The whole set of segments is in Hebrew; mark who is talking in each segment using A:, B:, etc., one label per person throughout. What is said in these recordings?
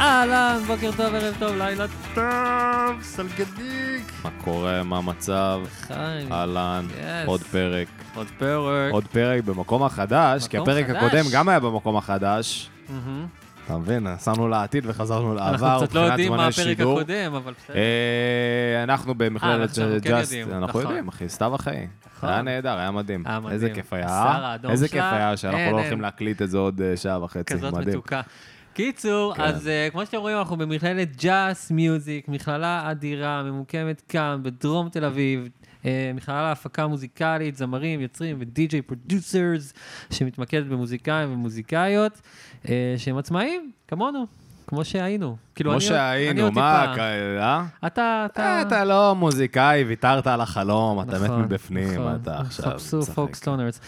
A: אהלן, בוקר טוב, ערב טוב, לילה טוב, סלגדיק.
B: מה קורה, מה המצב?
A: חיים.
B: אהלן,
A: Yes.
B: עוד פרק.
A: עוד פרק.
B: אה, עוד פרק במקום החדש, כי
A: מקום
B: הפרק
A: חדש.
B: הקודם גם היה במקום החדש.
A: מהמם.
B: אתה מבין? נסענו לעתיד וחזרנו לעבר.
A: אנחנו קצת לא
B: מבחינת
A: יודעים מה
B: זמני
A: הפרק
B: שידור.
A: הקודם, אבל בסדר.
B: אה, אנחנו
A: אה,
B: במכללת
A: אנחנו כן
B: ג'אסט,
A: יודעים,
B: אנחנו
A: נכון.
B: יודעים, אחי, סתיו אחי.
A: נכון.
B: היה נהדר, היה מדהים.
A: היה מדהים.
B: איזה כיף
A: השיער
B: היה.
A: האדום
B: איזה
A: שלה,
B: כיף היה שאנחנו
A: אין,
B: לא
A: אין.
B: הולכים להקליט את זה עוד אה, שעה וחצי.
A: כזאת
B: מדהים.
A: מתוקה. קיצור,
B: כן.
A: אז אה, כמו שאתם רואים, אנחנו במכללת ג'אס מיוזיק, מכללה אדירה, ממוקמת כאן, בדרום תל אביב. אה, מכללה להפקה מוזיקלית, זמרים, יוצרים ודי-ג'יי פרודוסרס, שמתמקדת במוזיקאים ומוזיקאיות, אה, שהם עצמאים, כמונו, כמו שהיינו. כאילו,
B: כמו
A: אני עוד- אני
B: שהיינו,
A: עוד
B: מה,
A: טיפה-
B: כאלה?
A: אתה,
B: אה,
A: אתה...
B: אתה לא מוזיקאי, ויתרת על החלום, אתה מת
A: נכון,
B: מבפנים,
A: נכון.
B: אתה עכשיו...
A: חפשו
B: משחק. נכון.
A: פוקס טונרס.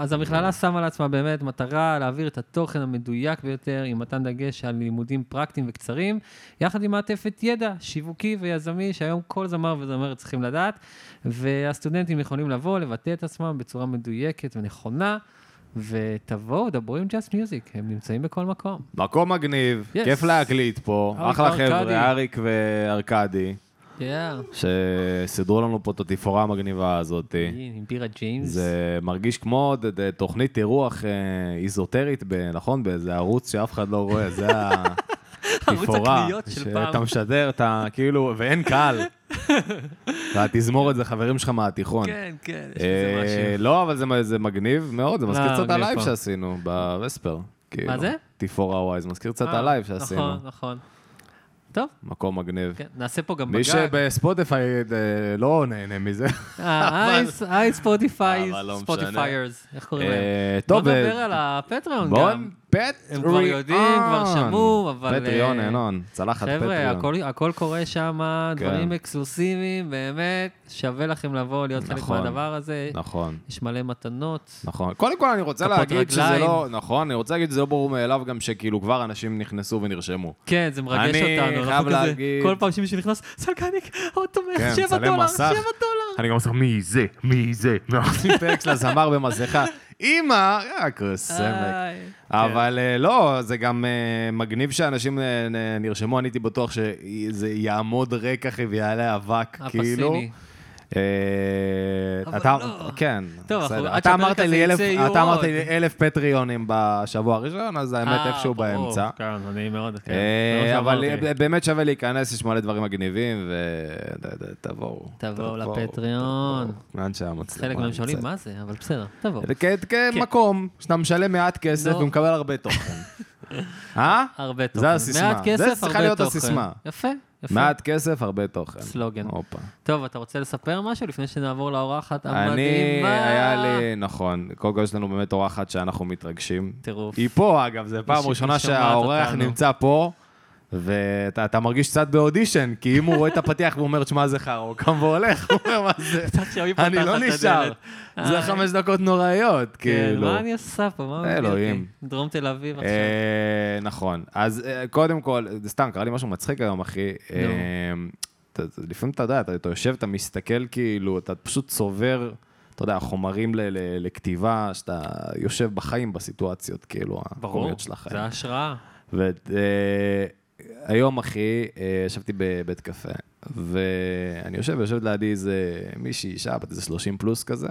A: אז המכללה שמה לעצמה באמת מטרה להעביר את התוכן המדויק ביותר, עם מתן דגש על לימודים פרקטיים וקצרים, יחד עם מעטפת ידע שיווקי ויזמי, שהיום כל זמר וזמרת צריכים לדעת, והסטודנטים יכולים לבוא, לבטא את עצמם בצורה מדויקת ונכונה. ותבואו, דברו עם ג'אסט מיוזיק, הם נמצאים בכל מקום.
B: מקום מגניב,
A: Yes.
B: כיף להקליט פה,
A: אריק
B: אחלה
A: וארקדי.
B: חבר'ה, אריק וארקדי, שסידרו לנו פה את התפאורה המגניבה הזאת.
A: עם בירה ג'יימס.
B: אוקיי. זה מרגיש כמו ד- ד- תוכנית אירוח אה, איזוטרית, ב- נכון? באיזה ערוץ שאף אחד לא רואה, זה התפאורה.
A: הקניות של
B: שאתה
A: פעם.
B: משדר, אתה כאילו, ואין קהל. והתזמורת זה חברים שלך מהתיכון.
A: כן, כן, יש בזה
B: אה,
A: משהו.
B: לא, אבל זה- זה מגניב מאוד, זה
A: לא,
B: מזכיר קצת
A: מגניב
B: הלייב
A: פה.
B: שעשינו בווספר. כאילו,
A: זה?
B: תפאורה וואי, זה מזכיר קצת
A: אה,
B: הלייב לא, שעשינו.
A: נכון, נכון. טוב,
B: מקום מגניב.
A: כן, נעשה פה גם
B: מי
A: בגג.
B: שבספוטיפיי אה, לא נהנה מזה.
A: אה, היי ספוטיפיי,
B: אבל לא משנה.
A: ספוטיפיירס, איך קוראים להם?
B: אה,
A: בוא
B: טוב,
A: נדבר על הפטריון
B: בוא,
A: גם.
B: פטריון.
A: הם כבר יודעים, כבר שמעו, אבל...
B: פטריון,
A: אה,
B: אינון, צלחת פטריון.
A: חבר'ה, הכל- הכל קורה שם,
B: כן.
A: דברים אקסקלוסיביים, באמת, שווה לכם לבוא, להיות חלק
B: נכון.
A: מהדבר הזה.
B: נכון.
A: יש מלא מתנות.
B: נכון. קודם כל, אני רוצה
A: כפות
B: להגיד שזה
A: רגליים.
B: לא... נכון, אני רוצה להגיד שזה לא ברור מאליו גם שכאילו כבר אנשים נכנסו ונרשמו.
A: כן, זה מרגש
B: אני
A: אותנו. אנחנו
B: חייב
A: כזה-
B: להגיד-
A: כל פעם שמישהו נכנס, סלקניק, עוד תומך,
B: כן,
A: שבע
B: צלם
A: דולר,
B: מסך.
A: שבע דולר.
B: אני גם אומר, מי זה? מי זה? עושים פרק של הזמר במסכה. אמא, רק סמק.
A: איי.
B: אבל אה, לא, זה גם אה, מגניב שאנשים אה, נ- נרשמו, אני הייתי בטוח שזה יעמוד ריק אחי ויעלה אבק,
A: הפסיני.
B: כאילו. אה,
A: אבל
B: אתה-
A: לא.
B: כן,
A: טוב, אנחנו-
B: בסדר.
A: עד
B: אתה
A: שהפרק
B: אמרת
A: הזה
B: לי אלף-
A: יצא, יהיו
B: אתה אמרת
A: עוד.
B: לי אלף פטריונים בשבוע הראשון, אז האמת
A: אה,
B: איפשהו
A: ברור.
B: באמצע.
A: כן, אני מאוד... כן,
B: אה,
A: זה מה
B: אבל
A: שאמרתי.
B: אה, באמת שווה להיכנס, יש מלא דברים מגניבים, ותבואו.
A: תבואו לפטריון.
B: לאן שהמצלמה
A: חלק מהם שואלים
B: נמצאת.
A: מה זה, אבל בסדר, תבואו.
B: כ- כמקום שאתה משלם מעט כסף
A: כן. לא.
B: ומקבל הרבה תוכן. אה?
A: הרבה תוכן.
B: זה הסיסמה.
A: מעט כסף,
B: זה צריכה
A: הרבה
B: להיות
A: תוכן.
B: הסיסמה.
A: יפה, יפה.
B: מעט כסף, הרבה תוכן.
A: סלוגן.
B: הופה.
A: טוב, אתה רוצה לספר משהו לפני שנעבור לאורחת
B: אני,
A: המדהימה?
B: היה לי, נכון, קודם כל יש לנו באמת אורחת שאנחנו מתרגשים.
A: טירוף.
B: היא פה, אגב, זו פעם
A: היא
B: ראשונה
A: שומעת
B: שהאורח
A: אותנו.
B: נמצא פה, ואתה אתה מרגיש קצת באודישן, כי אם הוא רואה את הפתיח והוא אומר, שמע, זה חרא, הוא קם והולך, הוא אומר, מה זה?
A: עכשיו היא
B: אני
A: פותחת
B: לא
A: את
B: נשאר.
A: הדלת.
B: זה
A: אה.
B: חמש דקות נוראיות,
A: כן,
B: כאילו.
A: מה אני עושה פה? מה מביא אותי?
B: אלוהים.
A: דרום תל אביב עכשיו.
B: אה, נכון. אז אה, קודם כל, סתם, קרה לי משהו מצחיק היום, אחי. אה, אתה- אתה- לפעמים אתה יודע, אתה אתה יושב, אתה מסתכל כאילו, אתה פשוט צובר, אתה יודע, חומרים ל- ל- לכתיבה, שאתה יושב בחיים בסיטואציות, כאילו,
A: ברור,
B: הקומיות של
A: זה
B: החיים.
A: ההשראה.
B: והיום, אחי, אה, ישבתי בבית קפה, ואני יושב, ויושבת לידי איזה מישהי, אישה, בת איזה 30 פלוס כזה,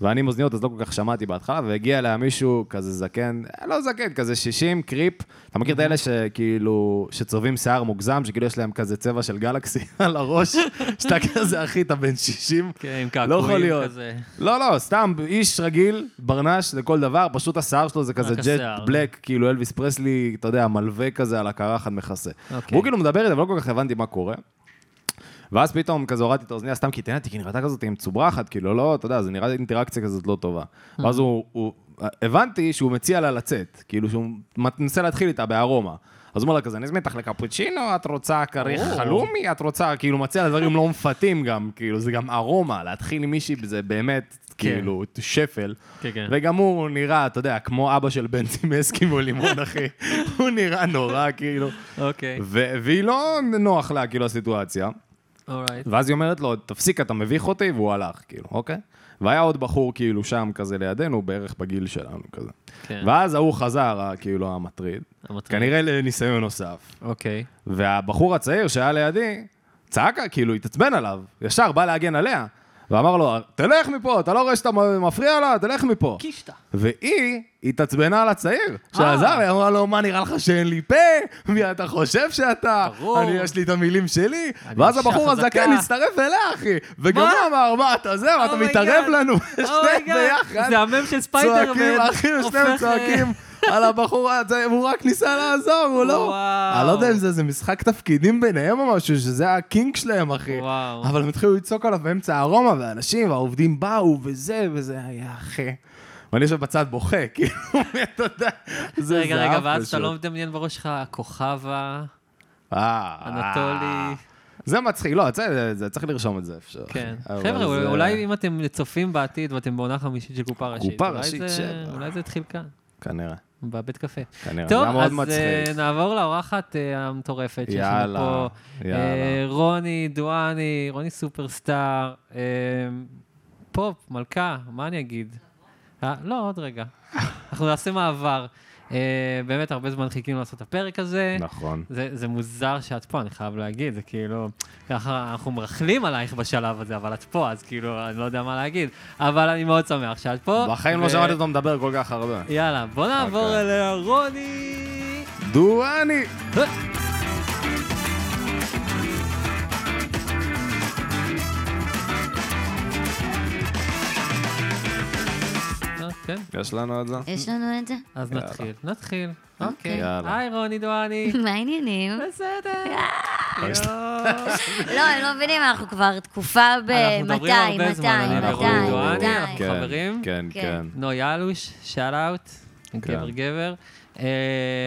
B: ואני עם אוזניות, אז לא כל כך שמעתי בהתחלה, והגיע אליה מישהו כזה זקן, אה, לא זקן, כזה 60, קריפ. אתה מכיר את האלה שכאילו, שצובעים שיער מוגזם, שכאילו יש להם כזה צבע של גלקסי על הראש, שאתה כזה, אחי, אתה בן 60.
A: כן, עם
B: לא יכול
A: קעקועים
B: להיות.
A: כזה.
B: לא, לא, סתם איש רגיל, ברנש לכל דבר, פשוט השיער שלו זה כזה
A: רק
B: ג'ט
A: השיער. לא.
B: בלק, כאילו אלוויס פרסלי, אתה יודע, מלווה כזה על הקרחת מכסה.
A: אוקיי.
B: והוא כאילו מדבר איתה, אבל לא כל כך הבנתי מה קורה. ואז פתאום כזה הורדתי את האוזניה סתם כי תהנתי, כי נראתה כזאת עם צוברחת, כאילו לא, אתה יודע, זה נראה אינטראקציה כזאת לא טובה.
A: Mm.
B: ואז הוא, הוא, הבנתי שהוא מציע לה לצאת, כאילו שהוא מנסה להתחיל איתה בארומה. אז הוא אומר לה כזה, אני אזמין אותך לקפוצ'ינו, את רוצה כריך חלומי, את רוצה, כאילו, מציע לה דברים לא מפתים גם, כאילו, זה גם ארומה, להתחיל עם מישהי זה באמת, כאילו, שפל.
A: כן, כן.
B: וגם הוא נראה, אתה יודע, כמו אבא של בנצי מסקימו לימון, אחי. הוא נראה נורא, כאילו.
A: אוקיי,
B: ו- והיא לא נוח לה, כאילו, הסיטואציה.
A: אורייט.
B: ואז היא אומרת לו, תפסיק, אתה מביך אותי, והוא הלך, כאילו, אוקיי? והיה עוד בחור, כאילו, שם כזה לידינו, בערך בגיל שלנו, כזה.
A: כן.
B: ואז ההוא חזר, ה- כאילו, המטריד.
A: המטריד.
B: כנראה לניסיון נוסף.
A: אוקיי.
B: והבחור הצעיר שהיה לידי, צעק, כאילו, התעצבן עליו, ישר בא להגן עליה, ואמר לו, תלך מפה, אתה לא רואה שאתה מפריע לה? תלך מפה.
A: קישטה. אה.
B: והיא התעצבנה על הצעיר שעזר, היא אמרה לו, מה נראה לך שאין לי פה? מי אתה חושב שאתה?
A: ברור.
B: אני, יש לי את המילים שלי.
A: אני
B: ואז
A: אישה
B: הבחור
A: חזקה.
B: הזקן הצטרף אליה, אחי. וגם
A: מה? Oh
B: הוא אמר, מה אתה זה, מה אתה
A: אומייגאד.
B: מתערב לנו? שניהם
A: אומייגאד,
B: ביחד
A: Oh זה המם של ספיידרמן.
B: צועקים, אחי, שניהם
A: הופך, אה,
B: צועקים. על הבחור הזה, הוא רק ניסה לעזור, הוא לא...
A: וואו.
B: אני לא יודע אם זה איזה משחק תפקידים ביניהם או משהו, שזה הקינק שלהם, אחי.
A: וואו.
B: אבל הם התחילו לצעוק עליו באמצע הרומא, ואנשים, והעובדים באו, וזה, וזה היה, אחי. ואני יושב בצד בוכה, כאילו, אתה יודע, זה
A: רגע, רגע,
B: זהב
A: ואז אתה
B: פשוט.
A: לא מדמיין בראש שלך, כוכבה,
B: אה,
A: אנטולי.
B: זה מצחיק, לא, זה- זה- צריך לרשום את זה אפשר.
A: כן.
B: אבל
A: חבר'ה,
B: זה-
A: אולי אם אתם צופים בעתיד ואתם בעונה חמישית של קופה ראשית,
B: קופה
A: אולי
B: ראשית,
A: זה-
B: שבע.
A: אולי זה התחיל כאן,
B: כנראה,
A: בבית קפה.
B: כנראה.
A: טוב,
B: כן. זה היה מאוד
A: אז אה,
B: מצחיק.
A: נעבור לאורחת אה, המטורפת שיש לנו
B: יאללה,
A: פה. אה,
B: יאללה.
A: רוני דואני, רוני סופרסטאר, אה, פופ, מלכה, מה אני אגיד? אה, לא, עוד רגע. אנחנו נעשה מעבר. אה, באמת, הרבה זמן חיכינו לעשות את הפרק הזה.
B: נכון.
A: זה, זה מוזר שאת פה, אני חייב להגיד, זה כאילו, ככה אנחנו מרכלים עלייך בשלב הזה, אבל את פה, אז כאילו, אני לא יודע מה להגיד, אבל אני מאוד שמח שאת פה.
B: בחיים
A: ו-
B: לא שמעתי אותו מדבר כל כך הרבה.
A: יאללה, בוא נעבור
B: אוקיי.
A: אליה, רוני!
B: דואני!
A: אה,
C: לא,
A: כן,
B: יש לנו את זה?
C: יש לנו את זה?
A: אז נתחיל, נתחיל. אוקיי.
B: יאללה.
A: היי, רוני דואני.
C: מה העניינים?
A: בסדר.
C: לא, הם לא מבינים, אנחנו כבר תקופה ב...
A: אנחנו מדברים
C: 200,
A: הרבה
C: 200,
A: זמן, אני
C: 200,
A: ורוני דואני,
C: 200.
A: אנחנו חברים.
B: אה, כן, כן.
C: אה, כן.
A: נוי אלוש, שאל אאוט, גבר גבר. אה,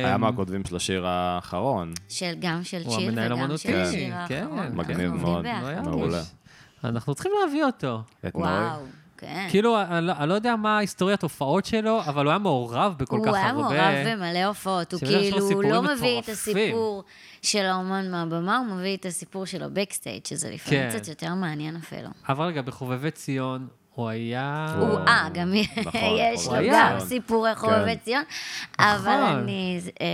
B: היה מהכותבים של השיר האחרון.
C: של גם של
A: הוא
C: צ'יר
A: המנהל
C: וגם
A: האומנותי,
C: של שיר
A: כן, לא
C: האחרון. אנחנו
B: מגניב
C: עובדים
B: מאוד.
C: ביחד.
A: נוי
B: מעולה.
A: אלוש. אנחנו צריכים להביא אותו.
B: את נוי.
C: וואו, כן.
A: כאילו, אני לא- אני לא יודע מה ההיסטוריית הופעות שלו, אבל הוא היה מעורב בכל כך
C: הוא היה
A: הרבה.
C: מעורב במלא הופעות, הוא
A: שבדרך כלל
C: כאילו
A: סיפורים
C: לא מביא את
A: מטורפים.
C: הסיפור של האומן מהבמה, הוא מביא את הסיפור שלו בקסטייג', שזה לפעמים
A: כן.
C: קצת יותר מעניין אפילו.
A: אבל רגע, בחובבי ציון, הוא היה...
C: הוא, אה, גם
B: נכון,
C: יש
A: הוא
C: לו
A: היה.
C: גם סיפורי
A: כן.
C: חובבי ציון, אבל
A: נכון.
C: אני... אה,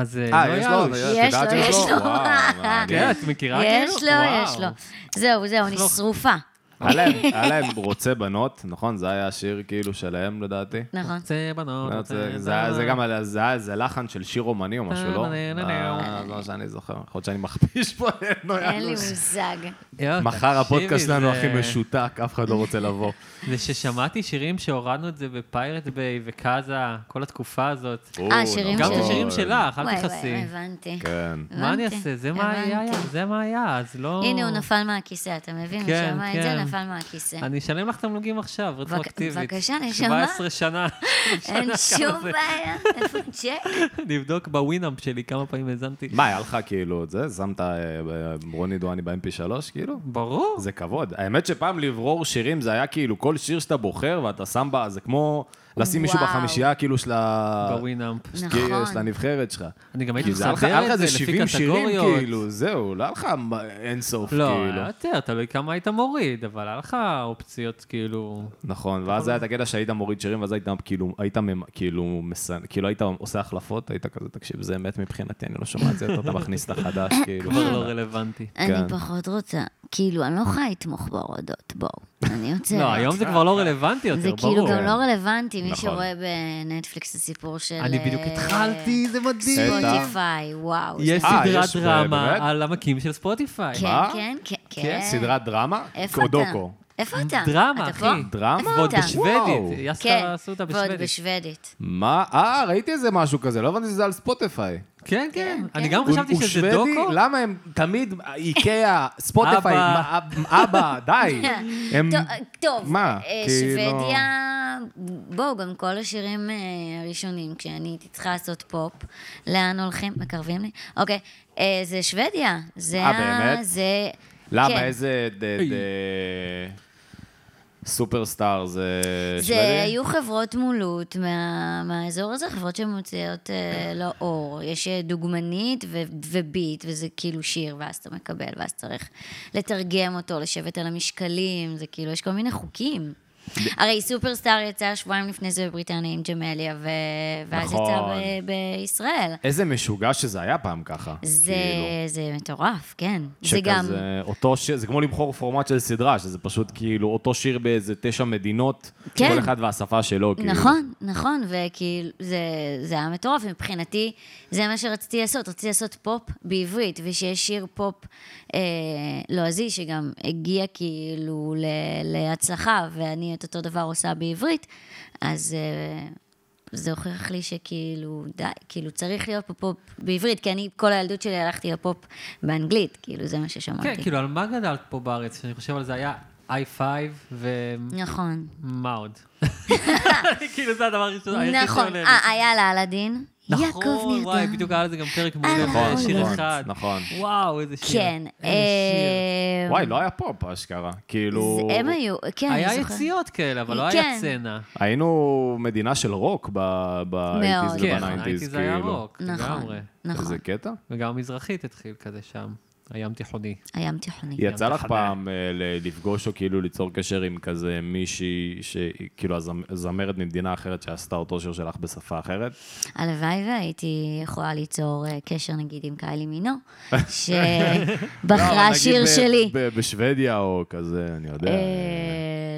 A: אז אה,
B: אה,
A: לא
B: יש
A: היה
B: לו?
A: לו.
C: יש
B: את יודעת
C: לו,
B: שיש
C: יש לו.
B: וואו,
A: כן,
B: מעניין.
A: את מכירה כאילו?
C: יש לו, יש לו.
A: וואו. לא-
C: זהו, זהו, אני
A: לו-
C: שרופה.
B: היה להם- היה להם רוצה בנות, נכון? זה היה השיר כאילו שלהם לדעתי. לא,
C: נכון.
A: זה בנות. אה,
B: זה- זה
A: לא,
B: היה- זה גם על- זה היה איזה לחן של שיר אומני או משהו, לא? אה, לא שאני זוכר, יכול להיות שאני מכפיש פה את
A: לא
B: נוי
C: אין לי
B: אלוש.
C: מושג. כן.
A: יואו,
B: מחר
A: אוקיי, תקשיבי,
B: הפודקאסט שלנו
A: זה-
B: הכי משותק, אף אחד לא רוצה לבוא.
A: זה ששמעתי שירים שהורדנו את זה בפיירט ביי וקאזה, כל התקופה הזאת.
C: אה, שירים
A: גם
C: של-
A: את השירים שלך, אל
C: וואי,
A: תכעסי.
C: וואי, הבנתי.
B: נכון. כן.
A: מה אני
C: הבנתי,
A: אעשה? זה מה היה,
C: הבנתי.
A: זה מה היה, אז לא...
C: הנה, הוא נפל מהכיסא, אתה מבין? הוא
A: כן,
C: שמע את זה,
A: כן.
C: נפל מהכיסא.
A: אני אשלם לך תמלוגים עכשיו, רטרואקטיבית.
C: בבקשה, נשמה.
A: 17 שנה.
C: אין שום בעיה, איפה צ'ק?
A: נבדוק בווינאמפ שלי כמה פעמים האזנתי.
B: מה, היה לך כאילו את זה? שמת אה, ב- רוני דואני ב-MP3 כאילו?
A: ברור.
B: זה כבוד. האמת שפעם לברור שירים זה היה כאילו כל שיר שאתה בוחר ואתה שם בה, זה כמו לשים מישהו
C: וואו.
B: בחמישייה כאילו של ה...
A: בווינאמפ.
B: כאילו, של
C: נכון.
B: הנבחרת שלך.
A: אני גם הייתי
B: כי זה היה לך- היה לך
A: מסדר את
B: איזה
A: זה לפי
B: 70 שירים,
A: קטגוריות.
B: כאילו, זהו, לא היה לך מ- אין סוף,
A: לא,
B: כאילו.
A: היה יותר, תלוי כמה היית מוריד, אבל היה לך אופציות כאילו...
B: נכון, ואז היה את הקטע שהיית מוריד שירים, ואז היית כאילו, היית ממ- כאילו, מסנ- כאילו היית עושה החלפות, היית כזה, תקשיב, זה אמת מבחינתי, אני לא שומע את זה, יותר, אתה מכניס את החדש, כאילו.
A: כבר
C: אה.
A: לא רלוונטי.
C: אני
B: כן.
C: פחות רוצה, כאילו, אני לא יכולה לתמוך בהורדות, בואו. אני יוצאת.
A: לא, היום זה כבר לא רלוונטי יותר,
C: זה
A: ברור.
C: כאילו גם לא רלוונטי, מי
B: כן. נכון.
C: שרואה בנטפליקס הסיפור של...
A: אני בדיוק
C: אה,
A: התחלתי, זה מדהים.
C: ספוטיפיי, וואו. זה-
A: יש
B: אה,
A: סדרת
B: יש,
A: דרמה
B: באמת?
A: על עמקים של ספוטיפיי.
C: כן,
B: מה?
C: כן, כן, כן.
B: כן, סדרת דרמה?
C: איפה אתה?
B: קודוקו.
C: איפה אתה?
A: דרמה,
C: אתה
A: אחי.
C: פה?
B: דרמה?
C: איפה
A: ועוד
C: אתה?
B: וואו.
A: בשוודית,
C: כן,
A: יסקר עשו אותה
C: ועוד
A: בשוודית.
C: בשוודית.
B: מה? אה, ראיתי איזה משהו כזה, לא הבנתי שזה על ספוטיפיי.
A: כן, כן, אני
C: כן.
A: גם
B: הוא-
A: חשבתי
B: הוא
A: שזה
B: שוודי?
A: דוקו.
B: למה הם תמיד, איקאה, ספוטיפיי,
A: אבא.
B: מה- אבא, די. הם-
C: כן. טוב, טוב,
B: מה?
C: אה,
B: כאילו-
C: שוודיה, בואו, גם כל השירים אה, הראשונים, כשאני הייתי צריכה לעשות פופ, לאן הולכים? מקרבים לי? אוקיי, אה, זה שוודיה. זה
B: אה,
C: ה-
B: באמת?
C: זה...
B: למה?
C: כן.
B: איזה ד- ד- סופרסטאר זה
C: זה
B: שוודי?
C: היו חברות מולות מה, מהאזור הזה, חברות שמוציאות אה, לאור. יש אה, דוגמנית ו, וביט, וזה כאילו שיר, ואז אתה מקבל, ואז צריך לתרגם אותו, לשבת על המשקלים, זה כאילו, יש כל מיני חוקים. הרי סופרסטאר יצא שבועיים לפני זה בבריטניה עם ג'מליה, ו... ואז יצא
B: נכון.
C: ב- בישראל.
B: איזה משוגע שזה היה פעם ככה.
C: זה,
B: כאילו.
C: זה מטורף, כן. זה
B: שכזה
C: גם...
B: אותו שיר, זה כמו לבחור פורמט של סדרה, שזה פשוט כאילו אותו שיר באיזה תשע מדינות,
C: כן.
B: כל אחד והשפה שלו, כאילו.
C: נכון, נכון, וכאילו, זה, זה היה מטורף, מבחינתי, זה מה שרציתי לעשות, רציתי לעשות פופ בעברית, ושיש שיר פופ אה, לועזי, שגם הגיע כאילו ל, להצלחה, ואני את אותו דבר עושה בעברית, אז אה, זה הוכיח לי שכאילו, די, כאילו, צריך להיות פה פופ בעברית, כי אני, כל הילדות שלי הלכתי לפופ באנגלית, כאילו, זה מה ששמעתי.
A: כן, כאילו, על מה גדלת פה בארץ? שאני חושב על זה היה i5 ומה
C: נכון.
A: עוד? כאילו, זה הדבר הראשון, היחיד
C: נכון,
A: שעולה לי.
C: אה, היה לה אלאדין. יעקב
A: נכון,
C: נרדם.
A: וואי, בדיוק היה לזה גם פרק
C: נכון,
A: מעולה, שיר
C: נכון,
A: אחד.
B: נכון.
A: וואו, איזה שיר.
C: כן.
A: איזה שיר.
C: אה,
B: וואי, לא היה פופ אשכרה. כאילו,
C: זה- הם היו, כן, אני
A: היה
C: זוכרת.
A: יציאות כאלה, אבל לא
C: כן.
A: היה סצנה.
B: היינו מדינה של רוק ב-80's
C: מאוד.
A: כן,
B: וב-90's,
A: ה-90's היה
B: כאילו.
A: רוק,
C: נכון,
A: לגמרי.
C: נכון.
B: איזה קטע?
A: וגם המזרחית התחיל כזה שם, הים תיכוני.
C: הים תיכוני.
B: יצא לך פעם אה, ל- לפגוש או כאילו ליצור קשר עם כזה מישהי, ש- כאילו הזמ- זמרת ממדינה אחרת שעשתה אותו שיר שלך בשפה אחרת?
C: הלוואי והייתי יכולה ליצור אה, קשר נגיד עם קיילי מינו,
B: לא,
C: שבחרה שיר שלי.
B: בשוודיה או כזה, אני יודע,
C: אה,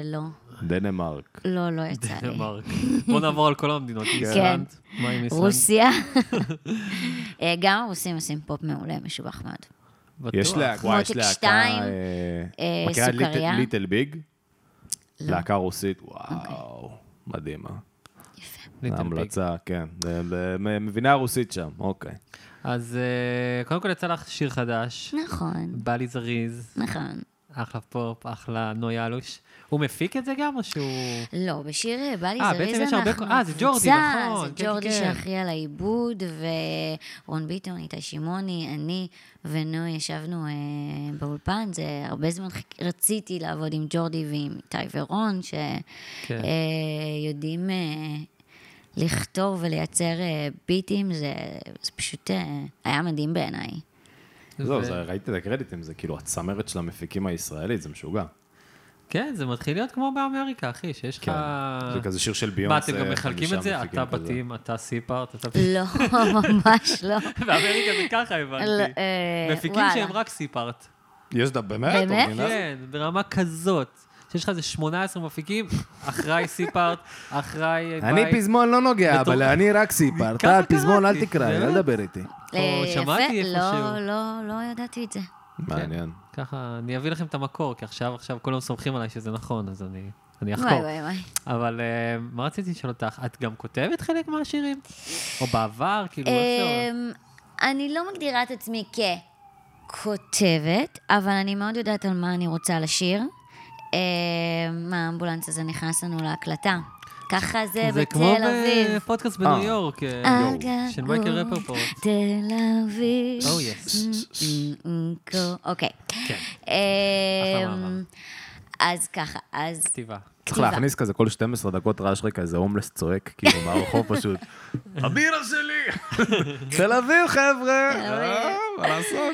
C: לא,
B: דנמרק.
C: לא, לא יצא
B: כן.
C: לי.
A: דנמרק. בוא נעבור על כל המדינות. איסלנד, מה עם איסלנד?
C: רוסיה. אה, גם הרוסים עושים פופ מעולה, משובח מאוד.
A: בטוח.
B: יש להקה, וואי, יש
C: מותק
B: להקה,
C: שתיים,
B: אה,
C: אה,
B: מכירה את ליטל-
C: סוכריה. לא.
B: ליטל ביג? להקה רוסית,
C: אוקיי.
B: וואו, מדהימה.
A: ליטל ביג.
B: המלצה, כן. זה- זה- מבינה הרוסית שם, אוקיי.
A: אז אה, קודם כל יצא לך שיר חדש,
C: נכון,
A: בא לי זריז,
C: נכון.
A: אחלה פופ, אחלה נוי אלוש. הוא מפיק את זה גם או שהוא...
C: לא, בשיר אה, בא לי
A: אה, בעצם יש
C: זריז
A: הרבה
C: אנחנו
A: כ- אה, זה ג'ורדי,
C: קבוצה,
A: נכון, כן,
C: זה ג'ורדי
A: כן, כן.
C: שאחראי על העיבוד, ורון ביטון, איתי שמעוני, אני ונוי ישבנו אה, באולפן, זה הרבה זמן חיכ- רציתי לעבוד עם ג'ורדי ועם איתי ורון,
A: כן.
C: שיודעים אה, לכתוב ולייצר אה, ביטים, זה זה פשוט אה, היה מדהים בעיניי.
B: זהו, לא, זה- ראיתי את הקרדיטים, זה כאילו הצמרת של המפיקים הישראלית, זה משוגע.
A: כן, זה מתחיל להיות כמו באמריקה, אחי, שיש לך...
B: כן. זה כזה שיר של ביונסה.
A: כן. מה, אתם גם מחלקים
B: חמישה
A: את זה?
B: מפיקים
A: אתה
B: כזה.
A: בתים, אתה סיפארט, אתה...
C: לא, ממש לא.
A: באמריקה זה ככה,
C: לא,
A: הבנתי.
C: אה,
A: מפיקים
C: וואלה.
A: שהם רק סיפארט.
B: יש דה באמת?
C: באמת?
B: אורגינל?
A: כן, ברמה כזאת. שיש לך איזה 18 מפיקים, אחראי סיפארט, אחראי בית.
D: אני פזמון לא נוגע,
A: בתור-
D: אבל אני רק סיפר. אתה
A: ככה
D: פזמון, אל
A: קראתי,
D: תקרא, אל
A: באמת?
D: תדבר איתי.
A: או,
C: אה, יפה,
A: שמעתי איפשהו.
C: לא, לא, לא ידעתי את זה.
B: מעניין.
A: ככה, אני אביא לכם את המקור, כי עכשיו, עכשיו כולם סומכים עליי שזה נכון, אז אני, אני
C: וואי,
A: אחקור.
C: וואי, וואי.
A: אבל אה, מה רציתי לשאול אותך? את גם כותבת חלק מהשירים? או בעבר? כאילו, איך
C: אמ, אני לא מגדירה את עצמי ככותבת, אבל אני מאוד יודעת על מה אני רוצה לשיר. אמ, מה, האמבולנס הזה נכנס לנו להקלטה. ככה זה
A: זה? זה כמו
C: אה, בתל אביב.
A: בפודקאסט בניו יורק, אה,
C: אגב, אה.
A: של מייקל
C: הוא
A: רפרפורט.
C: תל אביב.
A: Oh, yes.
C: Mm, mm, mm, go. אוקיי.
A: כן.
C: אמ,
A: מאמר.
C: אז ככה, אז...
A: כתיבה.
B: צריך
C: כתיבה.
B: להכניס כזה כל 12 דקות רעש רקע, איזה הומלס צועק, כאילו, מהרחוב פשוט. הבירה שלי! תל אביב, חבר'ה! אה, מה לעשות?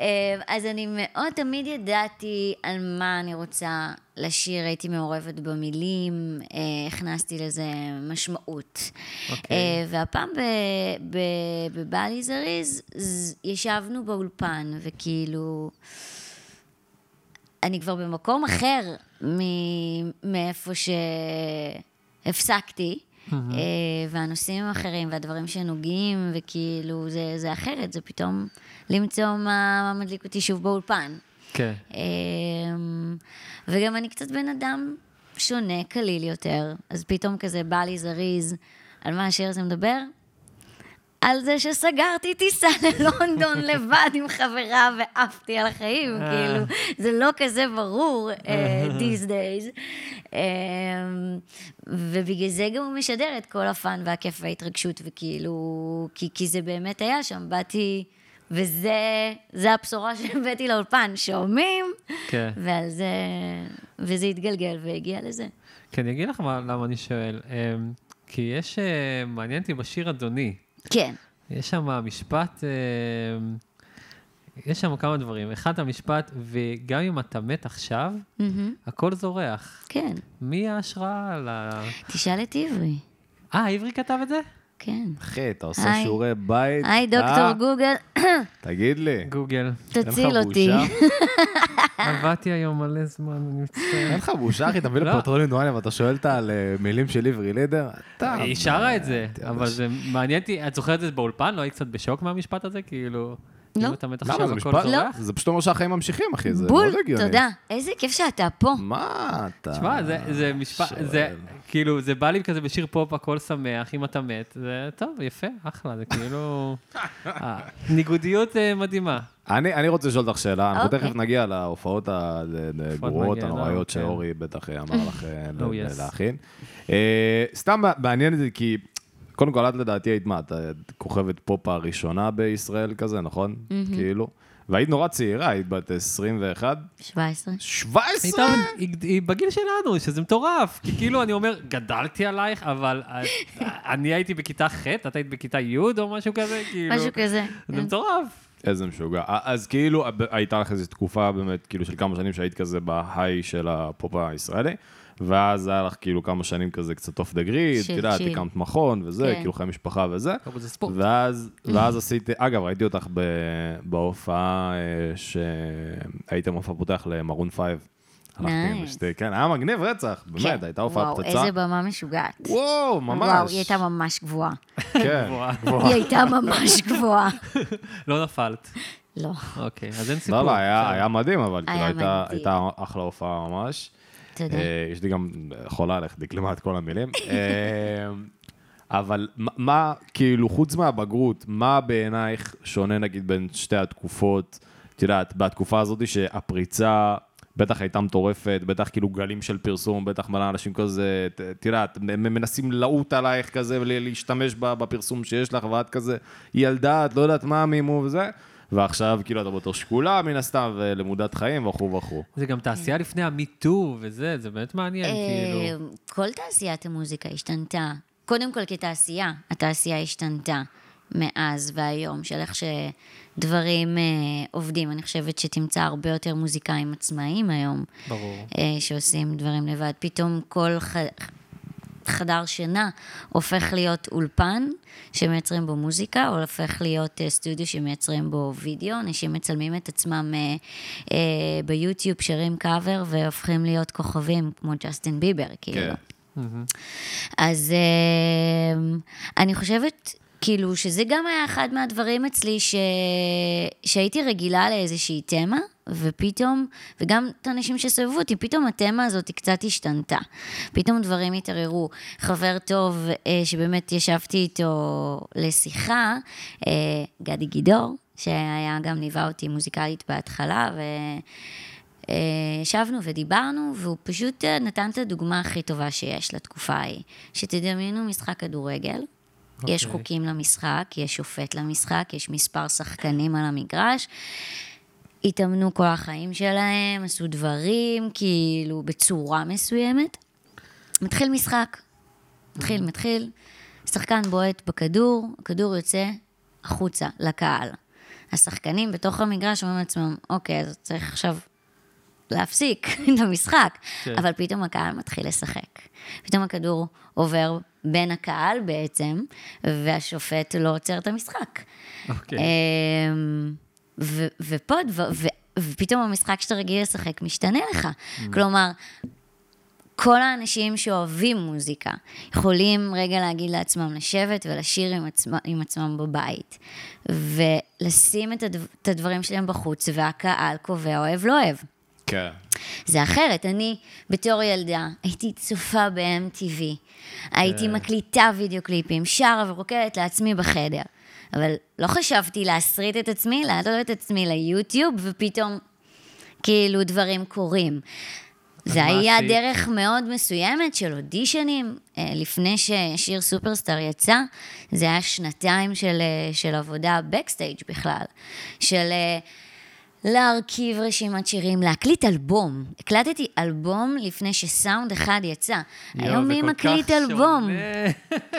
C: אה, אז אני מאוד תמיד ידעתי על מה אני רוצה לשיר, הייתי מעורבת במילים, אה, הכנסתי לזה משמעות.
A: אוקיי.
C: אה, והפעם ב- ב- בבא לי זריז, ז- ישבנו באולפן, וכאילו... אני כבר במקום אחר מ- מאיפה שהפסקתי, אה, והנושאים הם אחרים, והדברים שנוגעים, וכאילו, זה, זה אחרת, זה פתאום למצוא מה, מה מדליק אותי שוב באולפן.
A: כן.
C: אה, אמ, וגם אני קצת בן אדם שונה, קליל יותר, אז פתאום כזה בא לי זריז על מה השיר הזה מדבר. על זה שסגרתי טיסה ללונדון לבד עם חברה ועפתי על החיים,
A: אה.
C: כאילו, זה לא כזה ברור אה, these days. אה, ובגלל זה גם הוא משדר את כל הפאן והכיף וההתרגשות, וכאילו, כי, כי זה באמת היה שם, באתי, וזה זה הבשורה שהבאתי לאולפן, שומעים,
A: כן.
C: ועל זה, וזה התגלגל והגיע לזה.
A: כן, אני אגיד לך מה- למה אני שואל. אמ, כי יש, אה, מעניין אותי בשיר אדוני,
C: כן,
A: יש שם משפט, אמ, יש שם כמה דברים. אחד המשפט, וגם אם אתה מת עכשיו,
C: מהמם,
A: הכל זורח.
C: כן.
A: מי ההשראה ל...
C: תשאל את עברי,
A: אה, עברי כתב את זה?
C: כן.
B: אחי, אתה עושה
C: היי.
B: שיעורי בית. אה?
C: היי, דוקטור גוגל,
B: תגיד לי.
A: גוגל.
B: אין לך
C: תציל אותי.
B: בושה?
A: עבדתי היום מלא זמן, אני
B: אין
A: מצטער.
B: לך בושה, אחי, אתה מביא
A: לא.
B: לפטרולים דואליה ואתה שואל אותה על אה, מילים של עברי לידר? אתה...
A: היא שרה את זה,
B: אתה-
A: אה, אבל זה מעניין אותי, את זוכרת את זה באולפן? לא היית קצת בשוק מהמשפט הזה? כאילו...
C: לא.
A: אם אתה מת
B: למה זה
A: עכשיו, הכל
B: משפט? לא.
A: זורח?
B: זה פשוט אומר שהחיים ממשיכים, אחי, זה
C: בול,
B: מאוד הגיוני.
C: תודה. איזה כיף שאתה פה.
B: מה אתה...
A: תשמע, זה, זה משפט, זה כאילו, זה בא לי כזה בשיר פופ, הכל שמח, אם אתה מת, זה טוב, יפה, אחלה, זה כאילו... אה, ניגודיות אה, מדהימה.
B: אני, אני רוצה לשאול אותך שאלה, אנחנו
C: אוקיי.
B: תכף נגיע להופעות הגרועות,
A: מגיע, לא,
B: הנוראיות,
A: כן.
B: שאורי בטח אמר לך אה, ל-
A: Oh, yes.
B: להכין. אה, סתם מעניין אותי, כי קודם כל, את לדעתי היית מה, את אה, את כוכבת פופ הראשונה בישראל כזה, נכון? כאילו. והיית נורא צעירה, היית בת 21?
C: 17.
B: 17?
A: היא הייתה- היא- היא בגיל שלנו, שזה מטורף. כי כאילו, אני אומר, גדלתי עלייך, אבל את- אני הייתי בכיתה ח', את היית בכיתה י' או משהו כזה, כאילו.
C: משהו כזה. כן.
A: זה מטורף.
B: איזה משוגע. אז כאילו, הייתה לך איזו תקופה באמת, כאילו, של כמה שנים שהיית כזה בהיי של הפופ הישראלי, ואז היה לך כאילו כמה שנים כזה קצת אוף דה גריד, את
C: של
B: יודעת,
C: צ'יל.
B: הקמת מכון וזה,
C: כן.
B: כאילו חיי משפחה וזה.
A: אבל זה ספורט.
B: ואז, ואז עשיתי, אגב, ראיתי אותך ב, בהופעה אה, שהייתם הופעה פותח למרון פייב. הלכתי עם
C: Nice.
B: אשתי, כן, היה מגניב רצח, באמת,
C: כן.
B: הייתה הופעה
C: וואו,
B: פצצה.
C: איזה במה משוגעת.
B: וואו, ממש.
C: וואו, היא הייתה ממש גבוהה.
B: כן,
C: היא הייתה ממש גבוהה.
A: לא נפלת.
C: לא.
A: אוקיי, אז אין סיפור.
B: לא, לא, היה, היה מדהים, אבל כאילו,
C: היה
B: הייתה,
C: מדהים.
B: הייתה אחלה הופעה ממש.
C: תודה.
B: אה, יש לי גם חולה עליך, דקלמה את כל המילים. אה, אבל מה- מה, כאילו, חוץ מהבגרות, מה בעינייך שונה, נגיד, בין שתי התקופות? את יודעת, בתקופה הזאת שהפריצה בטח הייתה מטורפת, בטח כאילו גלים של פרסום, בטח מלא אנשים כזה, ת- את יודעת, מ- מ- מנסים לעוט עלייך כזה, ולהשתמש בפרסום שיש לך, ואת כזה ילדה, את לא יודעת מה מימו וזה. ועכשיו כאילו אתה בתור שקולה מן הסתם, ולמודת חיים וכו' וכו'.
A: זה גם תעשייה לפני המיטו וזה, זה באמת
B: כן,
A: מעניין, כאילו.
C: כן. אה, כל תעשיית המוזיקה השתנתה. קודם כל כתעשייה, התעשייה השתנתה מאז והיום, של איך שדברים אה, עובדים. אני חושבת שתמצא הרבה יותר מוזיקאים עצמאיים היום.
A: ברור.
C: אה, שעושים דברים לבד. פתאום כל ח... חדר שינה הופך להיות אולפן שמייצרים בו מוזיקה, או הופך להיות אה, סטודיו שמייצרים בו וידאו. אנשים מצלמים את עצמם אה, אה, ביוטיוב, שרים קאבר, והופכים להיות כוכבים כמו ג'סטין ביבר, כאילו.
B: כן.
C: אז אה, אני חושבת, כאילו, שזה גם היה אחד מהדברים אצלי, ש... שהייתי רגילה לאיזושהי תמה, ופתאום, וגם את האנשים שסובבו אותי, פתאום התמה הזאת היא קצת השתנתה. פתאום דברים התערערו. חבר טוב, אה, שבאמת ישבתי איתו לשיחה, אה, גדי גידור, שהיה גם ליווה אותי מוזיקלית בהתחלה, ו... אה, ישבנו ודיברנו, והוא פשוט אה, נתן את הדוגמה הכי טובה שיש לתקופה ההיא. שתדמיינו משחק כדורגל, okay. יש חוקים למשחק, יש שופט למשחק, יש מספר שחקנים על המגרש. התאמנו כל החיים שלהם, עשו דברים, כאילו, בצורה מסוימת. מתחיל משחק. מתחיל, מתחיל. שחקן בועט בכדור, הכדור יוצא החוצה, לקהל. השחקנים בתוך המגרש אומרים לעצמם, אוקיי, אז צריך עכשיו להפסיק את המשחק.
A: כן.
C: אבל פתאום הקהל מתחיל לשחק. פתאום הכדור עובר בין הקהל בעצם, והשופט לא עוצר את המשחק.
A: אוקיי.
C: אמ, ו- ופה, דבר- ו- ופתאום המשחק שאתה רגיל לשחק משתנה לך.
A: Mm.
C: כלומר, כל האנשים שאוהבים מוזיקה יכולים רגע להגיד לעצמם לשבת ולשיר עם, עצמ, עם עצמם בבית, ולשים את, הדו, את הדברים שלהם בחוץ, והקהל קובע אוהב לא אוהב.
B: כן.
C: זה אחרת. אני, בתור ילדה, הייתי צופה ב-MTV. הייתי
A: כן.
C: מקליטה וידאו קליפים, שרה ורוקדת לעצמי בחדר. אבל לא חשבתי להסריט את עצמי, להעלות את עצמי ליוטיוב, ופתאום, כאילו, דברים קורים. זה
A: מה
C: היה
A: עשית?
C: דרך מאוד מסוימת של אודישנים. אה, לפני ששיר סופרסטאר יצא, זה היה שנתיים של, אה, של עבודה בקסטייג' בכלל. של... אה, להרכיב רשימת שירים, להקליט אלבום. הקלטתי אלבום לפני שסאונד אחד יצא. היום מי מקליט אלבום?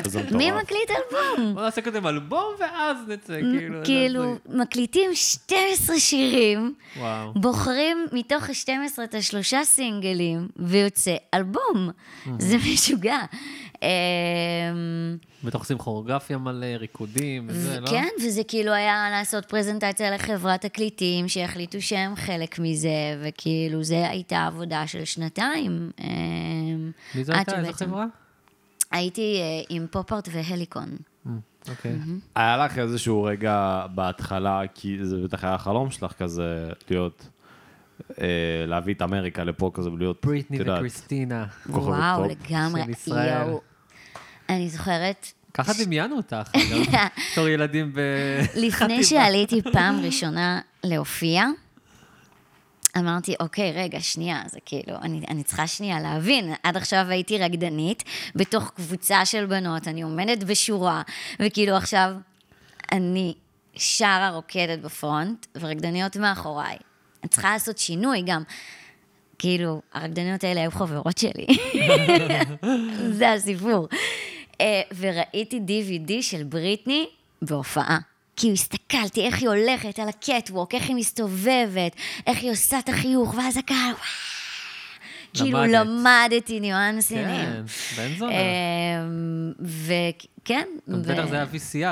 B: זה מטורף.
C: מי מקליט אלבום?
A: בוא נעשה קודם אלבום ואז נצא, כאילו.
C: כאילו, מקליטים 12 שירים,
A: וואו.
C: בוחרים מתוך ה-12 את השלושה סינגלים, ויוצא אלבום. זה משוגע. אמ,
A: בטח עושים כוריאוגרפיה מלא, ריקודים וזה, לא?
C: כן, וזה כאילו היה לעשות פרזנטציה לחברת תקליטים, שהחליטו שהם חלק מזה, וכאילו, זה הייתה עבודה של שנתיים. אמ,
A: מי זו
C: עד
A: הייתה? איזה
C: שבעצם-
A: חברה?
C: הייתי אה, עם פופארט והליקון.
A: אוקיי.
B: היה לך איזשהו רגע בהתחלה, כי זה בטח היה החלום שלך כזה, להיות, אה, להביא את אמריקה לפה כזה ולהיות,
A: בריטני
B: את יודעת,
A: וקריסטינה.
B: כוכבת
C: וואו,
B: פופ.
C: לגמרי.
A: של ישראל.
C: יואו. אני זוכרת,
A: ככה דמיינו אותך, אגב, בתור ילדים ב...
C: לפני שעליתי פעם ראשונה להופיע, אמרתי, אוקיי, רגע, שנייה, זה כאילו, אני, אני צריכה שנייה להבין. עד עכשיו הייתי רקדנית, בתוך קבוצה של בנות, אני עומדת בשורה, וכאילו עכשיו אני שרה רוקדת בפרונט, ורקדניות מאחוריי. אני צריכה לעשות שינוי גם. כאילו, הרקדניות האלה היו חברות שלי. זה הסיפור. אה, וראיתי DVD של בריטני בהופעה. כאילו הסתכלתי איך היא הולכת על הקטווק, איך היא מסתובבת, איך היא עושה את החיוך, ואז הקהל, וואו. כאילו
A: למדת.
C: למדתי ניואנסים. אה,
A: כן, בן זונה.
C: אמ, וכן.
A: גם
C: ו-
A: בטח זה היה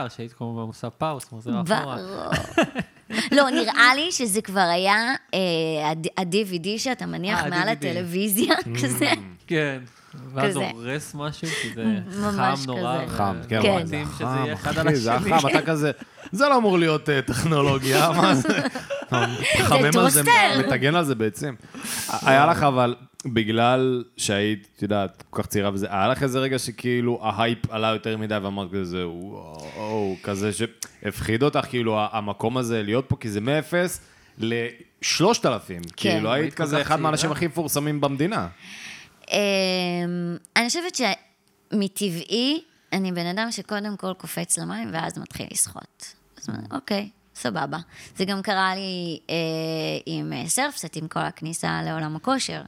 A: VCR, שהיית כמו עושה פאוס, מחזירה אחורה.
C: ברור. לא, נראה לי שזה כבר היה אה, הד- ה-DVD שאתה מניח
A: אה, Mm.
C: מעל
A: ה-DVD.
C: הטלוויזיה, כזה.
A: כן. ואז
C: כזה.
A: הורס משהו, כי זה
C: ממש
A: חם נורא.
C: כזה.
B: חם, כן,
C: כן.
B: וואי, זה
A: מתאים שזה
B: חם,
A: יהיה אחד
B: אחי,
A: על
B: זה
A: השני.
B: החם, אתה כזה, זה לא אמור להיות אה, טכנולוגיה, מה זה? חמם על זה,
C: טוסטר.
B: מטגן על זה בעצם. היה לך אבל, בגלל שהיית, את יודעת, כל כך צעירה וזה, היה לך איזה רגע שכאילו ההייפ עלה יותר מדי ואמרת כזה, וואו, כזה שהפחיד אותך, כאילו ה- המקום הזה להיות פה, כי זה מאפס לשלושת אלפים. כאילו
A: היית
B: היית
A: כל
B: כזה
A: כך
B: אחד מהאנשים
A: צעירה.
B: הכי מפורסמים במדינה.
C: אמ, אני חושבת שמטבעי, אני בן אדם שקודם כל קופץ למים ואז מתחיל לשחות. אז אמרתי, אוקיי, סבבה. זה גם קרה לי אה, עם אה, סרפסט, עם כל הכניסה לעולם הכושר.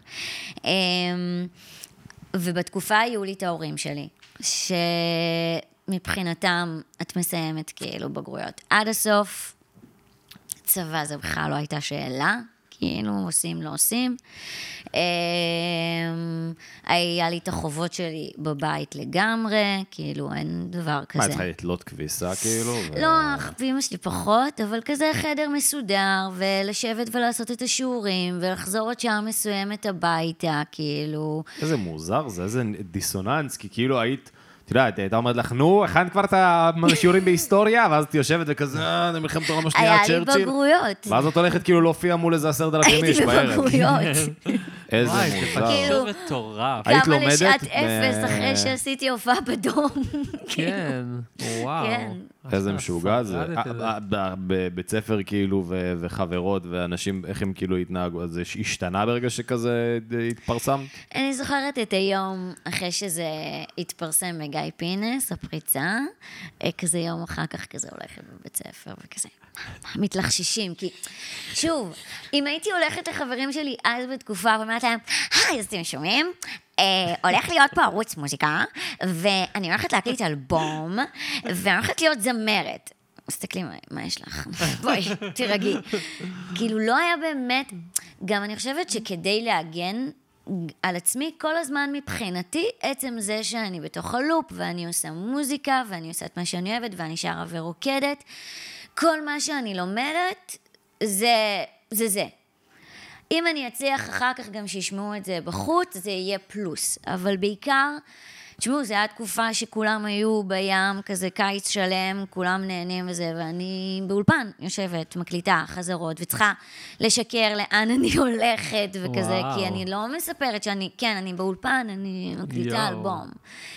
C: אמ, ובתקופה היו לי את ההורים שלי, שמבחינתם את מסיימת כאילו בגרויות עד הסוף. צבא זה בכלל לא הייתה שאלה, כאילו עושים לא עושים. אמ, היה לי את החובות שלי בבית לגמרי, כאילו אין דבר כזה.
B: מה, צריכה לתלות כביסה כאילו? ו-
C: לא, אח- ואימא שלי פחות, אבל כזה חדר מסודר, ולשבת ולעשות את השיעורים, ולחזור עוד שעה מסוימת הביתה, כאילו...
B: איזה מוזר זה, איזה דיסוננס, כי כאילו היית, את יודעת, הייתה אומרת לך, נו, הכנת כבר את השיעורים בהיסטוריה, ואז את יושבת וכזה, אה, זה מלחמת העולם השנייה,
C: היה לי
B: צ'רצ'יל.
C: בגרויות.
B: ואז את הולכת כאילו להופיע מול איזה עשרת אלפים איש
C: הייתי
B: בערב.
C: בבגרויות.
B: איזה
A: וואי, זה
B: מוזר.
C: כאילו-
A: פשוט מטורף.
B: היית
C: כמה
B: לומדת
C: לשעת
B: ב-
C: אפס אחרי שעשיתי הופעה בדום.
A: כן, וואו.
C: כן,
B: איזה משוגע זה.
A: שרדת את זה.
B: אה, אה, בבית ספר כאילו, ו- וחברות, ואנשים, איך הם כאילו התנהגו, אז זה השתנה ברגע שכזה התפרסמת?
C: אני זוכרת את היום אחרי שזה התפרסם מגיא פינס, הפריצה, אה, כזה יום אחר כך כזה הולכת בבית ספר וכזה, מתלחששים, כי שוב, אם הייתי הולכת לחברים שלי אז בתקופה ואומרת להם, היי, אז אתם שומעים? אה, הולך להיות פה ערוץ מוזיקה, ואני הולכת להקליט אלבום, ואני הולכת להיות זמרת. מסתכלים עליי, מה יש לך? בואי, תירגעי. כאילו, לא היה באמת... גם אני חושבת שכדי להגן על עצמי, כל הזמן מבחינתי, עצם זה שאני בתוך הלופ, ואני עושה מוזיקה, ואני עושה את מה שאני אוהבת, ואני שרה ורוקדת, כל מה שאני לומדת, זה זה. זה. אם אני אצליח אחר כך גם שישמעו את זה בחוץ, זה יהיה פלוס. אבל בעיקר, תשמעו, זו הייתה תקופה שכולם היו בים, כזה קיץ שלם, כולם נהנים וזה, ואני באולפן יושבת, מקליטה חזרות, וצריכה לשקר לאן אני הולכת וכזה,
A: וואו.
C: כי אני לא מספרת שאני, כן, אני באולפן, אני מקליטה
A: יואו.
C: אלבום.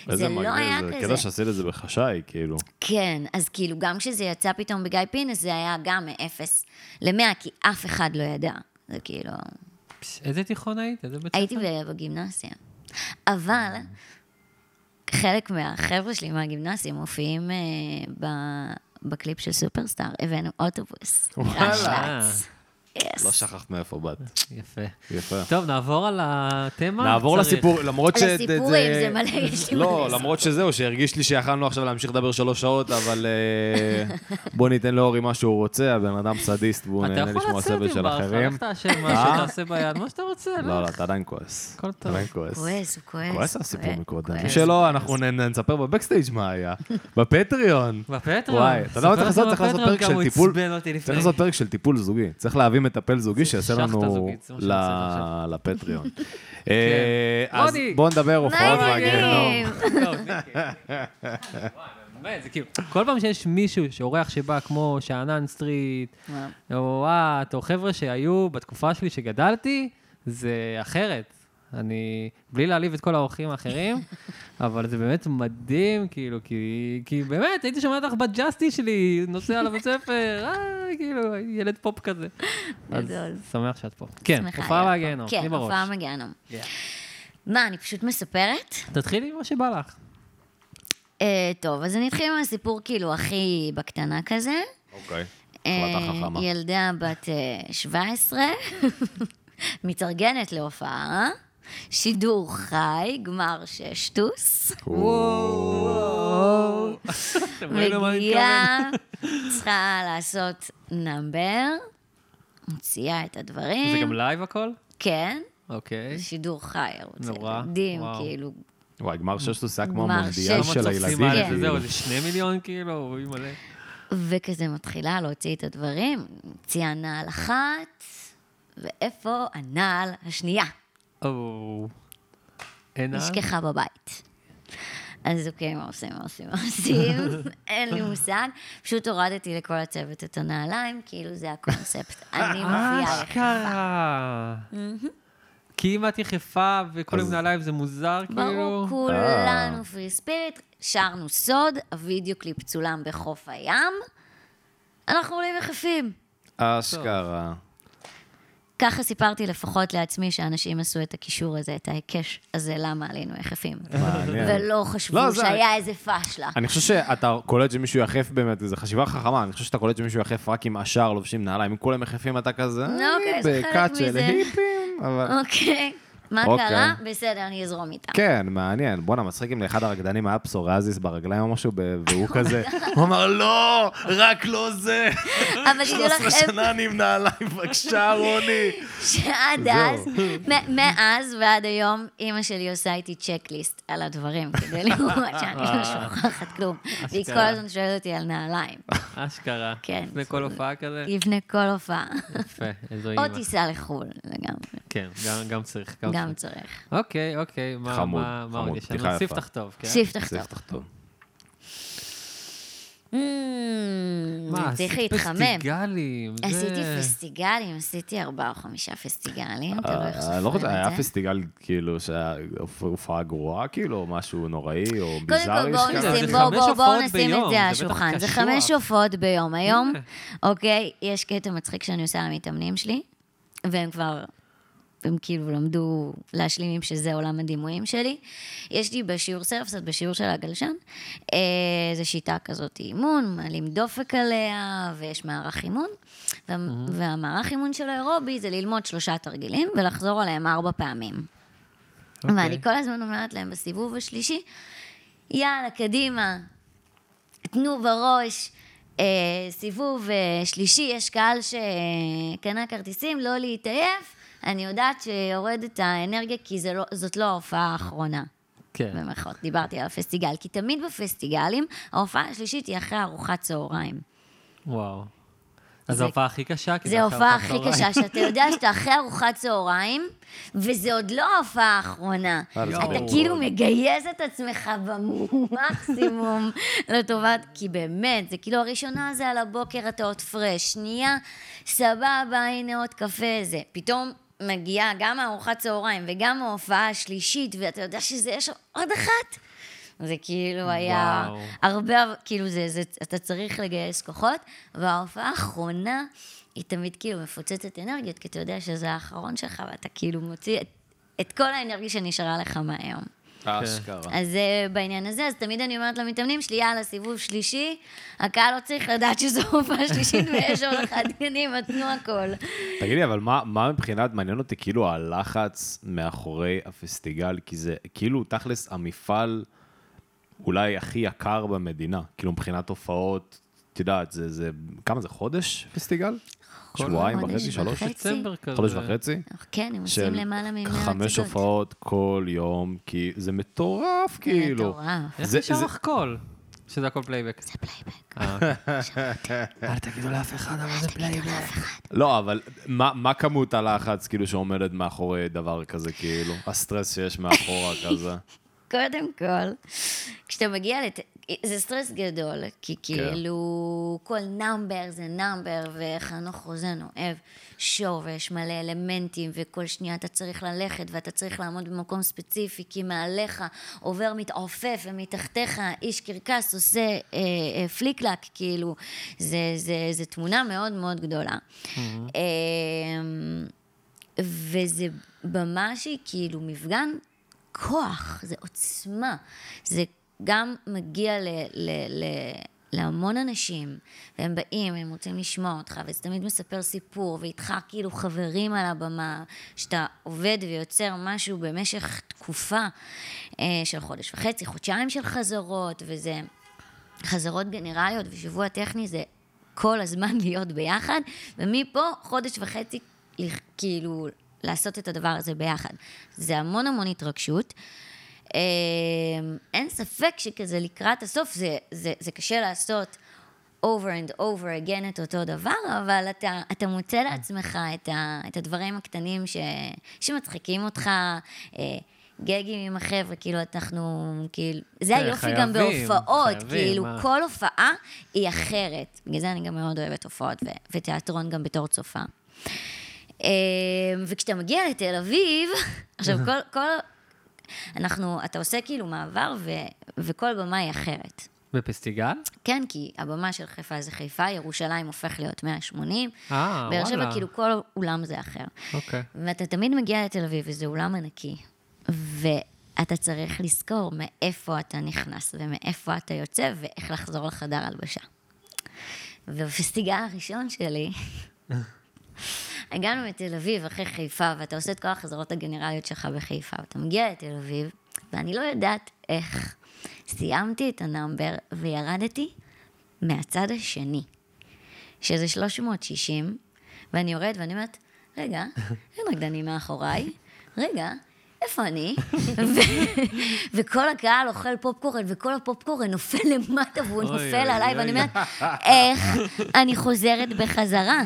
B: איזה
C: זה לא
B: מגניב
C: היה כזה.
B: זה קטע שעשית את זה בחשאי, כאילו.
C: כן, אז כאילו גם כשזה יצא פתאום בגיא פינס, זה היה גם מאפס למאה, כי אף אחד לא ידע. זה כאילו...
A: פש, איזה תיכון היית? איזה בית ספר?
C: הייתי ב- בגימנסיה. אבל חלק מהחבר'ה שלי מהגימנסיה מופיעים אה, ב- בקליפ של סופרסטאר, הבאנו אוטובוס.
A: וואלה.
C: רשל"צ.
B: לא
C: יס.
B: שכחת מאיפה באת.
A: יפה.
B: יפה.
A: טוב, נעבור על התמה?
B: נעבור
A: אה. צריך.
B: לסיפור, למרות ש...
C: לסיפורים, זה מלא, יש לי מלא
B: לא,
C: לספר.
B: למרות שזהו, שהרגיש לי שיכלנו עכשיו להמשיך לדבר שלוש שעות, אבל אה, בוא ניתן לאורי מה שהוא רוצה, הבן אדם סדיסט, והוא
A: אתה
B: נהנה
A: יכול
B: לשמוע
A: לצאת
B: סבל
A: אם
B: של
A: בא לך,
B: אחרים.
A: לך תאשר מה
B: אה?
A: שתעשה ביד, מה שאתה רוצה,
B: לא,
A: לך.
B: לא, אתה עדיין כועס.
A: הכל
B: אתה
A: טוב.
B: עדיין כועס.
C: כועס, הוא כועס.
B: כועס על הסיפור
C: כועס,
B: מקודם. מי
C: כועס.
B: שלא, אנחנו נ- נספר בבקסטייג' מה היה. בפטריון.
A: בפטרון.
B: וואי, אתה יודע מה צריך לעשות? צריך לעשות
A: בפטרון
B: פרק
A: כמה
B: של
A: הוא
B: טיפול.
A: עצבן אותי
B: צריך
A: לפני.
B: לעשות פרק של טיפול זוגי. צריך להביא מטפל זוגי שיעשה
A: שחטה
B: לנו
A: זוגית, זה מה שאני
B: ל-
A: עושה עכשיו.
B: לפטריון. אה,
A: כן.
B: אז
A: רוני.
B: בואו נדבר הופעות מהגיהנום.
C: מדהים.
A: טוב, ניקי. וואי, באמת, זה כאילו, כל פעם שיש מישהו שאורח שבא כמו שאנן סטריט,
C: וואו.
A: או את, או חבר'ה שהיו בתקופה שלי שגדלתי, זה אחרת. אני, בלי להעליב את כל האורחים האחרים, אבל זה באמת מדהים, כאילו, כי, כי באמת, הייתי שומע אותך בג'אסטי שלי, נוסע לבית ספר, אה, כאילו, ילד פופ כזה. אז
C: גדול.
A: שמח שאת פה. כן,
C: שמחה
A: הופעה
C: להיות פה.
A: מהגיהנום,
C: כן,
A: תני בראש.
C: הופעה מהגיהנום.
A: כן.
C: מה, אני פשוט מספרת?
A: תתחילי עם מה שבא לך.
C: אה, טוב, אז אני אתחיל עם הסיפור כאילו הכי בקטנה כזה.
B: אוקיי.
C: אה,
B: החלטה חכמה.
C: ילדה בת אה, 17, מתארגנת להופעה, שידור חי, גמר ששטוס.
A: אתם רואים למה אני מתכוון?
C: מגיעה, צריכה לעשות נאמבר, מוציאה את הדברים.
A: זה גם לייב הכל?
C: כן,
A: אוקיי.
C: זה שידור חי, ערוץ
A: נורא,
C: ילדים,
A: וואו.
C: כאילו,
B: וואי, גמר ששטוס היה כמו
C: גמר
B: המונדיאל
C: שש.
B: של
A: כמה צופים
B: הילדים.
A: היה לזה?
B: כאילו.
C: כן.
A: זהו, זה שני מיליון כאילו, אוי מלא.
C: וכזה מתחילה להוציא את הדברים, מוציאה נעל אחת, ואיפה הנעל השנייה?
A: או... אין על?
C: נשכחה בבית. אז אוקיי, מה עושים, מה עושים, מה עושים? אין לי מושג. פשוט הורדתי לכל הצוות את הנעליים, כאילו זה הקונספט. אני מביאה
A: אה,
C: לך.
A: אשכרה. כי אם את יחפה וכל עם נעליים זה מוזר, כאילו...
C: ברור, כולנו פרי ספיריט, שרנו סוד, הוידאו קליפ צולם בחוף הים. אנחנו עולים יחפים.
B: אשכרה.
C: ככה סיפרתי לפחות לעצמי שאנשים עשו את הקישור הזה, את ההיקש הזה, למה עלינו יחפים.
B: מעניין.
C: ולא
B: לא,
C: חשבו
B: זה-
C: שהיה איזה פשלה.
B: אני חושב שאתה קולט שמישהו יחף באמת, זו חשיבה חכמה, אני חושב שאתה קולט שמישהו יחף רק עם השאר לובשים נעליים, אם כולם יחפים אתה כזה,
C: אוקיי,
B: אני
C: זה חלק
B: בכת של
C: מזה.
B: היפים, אבל...
C: אוקיי. מה
B: אוקיי.
C: קרה? בסדר, אני אזרום איתה.
B: כן, מעניין. בואנה, מצחיק אם לאחד הרקדנים היה פסוריאזיס ברגליים או משהו, ב- והוא כזה, הוא אמר, לא, רק לא זה.
C: אבל תדעו
B: 13
C: לכם
B: שנה אני עם נעליים, בבקשה, רוני.
C: שעד אז, מ- מאז ועד היום, אימא שלי עושה איתי צ'קליסט על הדברים, כדי לראות שאני לא
B: אה.
C: שוכחת כלום. והיא
B: כן.
C: כל הזמן שואלת אותי על נעליים.
A: אשכרה.
C: כן.
A: לפני כל הופעה כזה.
C: לפני כל הופעה.
A: יפה, איזו אימא.
C: או טיסה לחו"ל, זה גם,
A: כן, גם- גם צריך.
C: גם
A: צריך.
C: צריך.
A: אוקיי, אוקיי. מה-
B: חמוד,
A: מה- מה
B: חמוד, כן.
A: עוד יש לנו?
B: פתיחה יפה.
A: ספתח טוב, כן?
C: ספתח טוב.
B: תכתוב.
C: מה,
A: מה,
C: צריך
A: עשית
C: להתחמם.
A: פסטיגלים. זה-
C: עשיתי פסטיגלים, עשיתי ארבעה או חמישה פסטיגלים, תלוי איך
B: אני לא
C: סופרים
B: חושב, היה
C: את זה.
B: פסטיגל כאילו שהיה הופעה גרועה כאילו, או משהו נוראי, או
C: קודם כל
B: ביזארי.
C: בואו
B: שכאלה.
A: זה
C: נשים, בואו
A: חמש
C: בואו בואו
A: הופעות
C: נשים
A: ביום,
C: את זה על
A: זה בטח
C: השולחן. זה
A: קשוח.
C: חמש הופעות ביום היום, אוקיי? יש קטע מצחיק שאני עושה למתאמנים שלי, והם כבר, הם כאילו למדו להשלים עם שזה עולם הדימויים שלי. יש לי בשיעור סרפסט, בשיעור של הגלשן, אה, זו שיטה כזאת אימון, מעלים דופק עליה, ויש מערך אימון. וה- והמערך אימון של האירובי זה ללמוד שלושה תרגילים ולחזור עליהם ארבע פעמים.
A: אוקיי.
C: ואני כל הזמן אומרת להם בסיבוב השלישי, יאללה, קדימה, תנו בראש. אה, סיבוב אה, שלישי, יש קהל שקנה כרטיסים, לא להתעייף. אני יודעת שיורדת האנרגיה, כי זה לא, זאת לא ההופעה האחרונה.
A: כן.
C: במירכאות, דיברתי על הפסטיגל. כי תמיד בפסטיגלים, ההופעה השלישית היא אחרי ארוחת צהריים.
A: וואו. אז
C: זה-
A: זו ההופעה הכי קשה? כי
C: זו
A: אחרי
C: ההופעה
A: ארוחת
C: הכי
A: צהריים.
C: קשה, שאתה יודע שאתה אחרי ארוחת צהריים, וזה עוד לא ההופעה האחרונה.
B: אה, זה
C: אתה
B: ברור.
C: כאילו מגייס את עצמך במקסימום לטובת, כי באמת, זה כאילו הראשונה זה על הבוקר אתה עוד פרש, שנייה, סבבה, הנה עוד קפה, זה. פתאום מגיעה גם הארוחת צהריים וגם ההופעה השלישית, ואתה יודע שזה יש עוד אחת. זה כאילו היה
A: וואו.
C: הרבה, כאילו זה, זה, אתה צריך לגייס כוחות, וההופעה האחרונה היא תמיד כאילו מפוצצת אנרגיות, כי אתה יודע שזה האחרון שלך, ואתה כאילו מוציא את, את כל האנרגיה שנשארה לך מהיום.
B: כן. אשכרה.
C: אז אה, בעניין הזה, אז תמיד אני אומרת למתאמנים שלי, יאללה, סיבוב שלישי, הקהל לא צריך לדעת שזו הופעה שלישית ויש עוד אחת, קדימה, תנו הכל.
B: תגידי, אבל מה- מה מבחינת, מעניין אותי כאילו הלחץ מאחורי הפסטיגל, כי זה כאילו תכלס המפעל אולי הכי יקר במדינה, כאילו מבחינת הופעות, את יודעת, זה, זה, כמה זה, חודש פסטיגל? שבועיים
C: חודש
B: וחצי, שלוש?
C: וחצי.
A: דצמבר כזה.
B: חודש וחצי?
C: כן, הם עושים
B: של
C: למעלה מ-100 הצגות.
B: חמש הופעות כל יום, כי זה מטורף, כאילו.
C: מטורף.
A: איך
B: זה-
A: נשאר
B: זה-
A: לך קול? שזה הכל פלייבק.
C: זה פלייבק.
A: אל תגידו לאף אחד, אבל זה פלייבק.
B: לא, אבל מה מה כמות הלחץ, כאילו, שעומדת מאחורי דבר כזה, כאילו? הסטרס שיש מאחורה כזה.
C: קודם כל, כשאתה מגיע לת... זה סטרס גדול, כי כאילו כל נאמבר זה נאמבר, וחנוך רוזן אוהב שואו, ויש מלא אלמנטים, וכל שנייה אתה צריך ללכת, ואתה צריך לעמוד במקום ספציפי, כי מעליך עובר מתעופף, ומתחתיך איש קרקס עושה אה, אה, פליקלק, כאילו, זה, זה, זה תמונה מאוד מאוד גדולה. אה, וזה במה שהיא כאילו מפגן כוח, זה עוצמה. זה גם מגיע ל... ל, ל להמון אנשים, והם באים, הם רוצים לשמוע אותך, וזה תמיד מספר סיפור, ואיתך כאילו חברים על הבמה, שאתה עובד ויוצר משהו במשך תקופה אה, של חודש וחצי, חודשיים של חזרות, וזה חזרות גנרליות ושבוע טכני זה כל הזמן להיות ביחד, ומפה חודש וחצי לכ- כאילו לעשות את הדבר הזה ביחד. זה המון המון התרגשות. אה, אין ספק שכזה לקראת הסוף זה, זה, זה קשה לעשות over and over again את אותו דבר, אבל אתה, אתה מוצא
A: כן.
C: לעצמך את, ה, את הדברים הקטנים ש, שמצחיקים אותך, אה, גגים עם החבר'ה, כאילו אנחנו, כאילו, זה
A: כן,
C: היופי
A: חייבים,
C: גם בהופעות,
A: חייבים,
C: כאילו
A: מה.
C: כל הופעה היא אחרת. בגלל זה אני גם מאוד אוהבת הופעות ו- ותיאטרון גם בתור צופה. אה, וכשאתה מגיע לתל אביב, עכשיו כל, כל, אנחנו, אתה עושה כאילו מעבר ו, וכל במה היא אחרת.
A: בפסטיגל?
C: כן, כי הבמה של חיפה זה חיפה, ירושלים הופך להיות 180,
A: אה,
C: באר שבע
A: וואלה.
C: כאילו כל אולם זה אחר.
A: אוקיי.
C: ואתה תמיד מגיע לתל אביב, וזה אולם ענקי. ואתה צריך לזכור מאיפה אתה נכנס, ומאיפה אתה יוצא, ואיך לחזור לחדר הלבשה. ובפסטיגל הראשון שלי, הגענו מתל אביב אחרי חיפה, ואתה עושה את כל החזרות הגנרליות שלך בחיפה, ואתה מגיע לתל אביב, ואני לא יודעת איך. סיימתי את הנאמבר וירדתי מהצד השני. שזה 360, ואני יורדת ואני אומרת, רגע, אין רקדני מאחוריי, רגע, איפה אני? ו- וכל הקהל אוכל פופקורן, וכל הפופקורן נופל למטה, והוא
A: אוי,
C: נופל
A: אוי,
C: עליי,
A: אוי.
C: ואני אומרת, איך אני חוזרת בחזרה?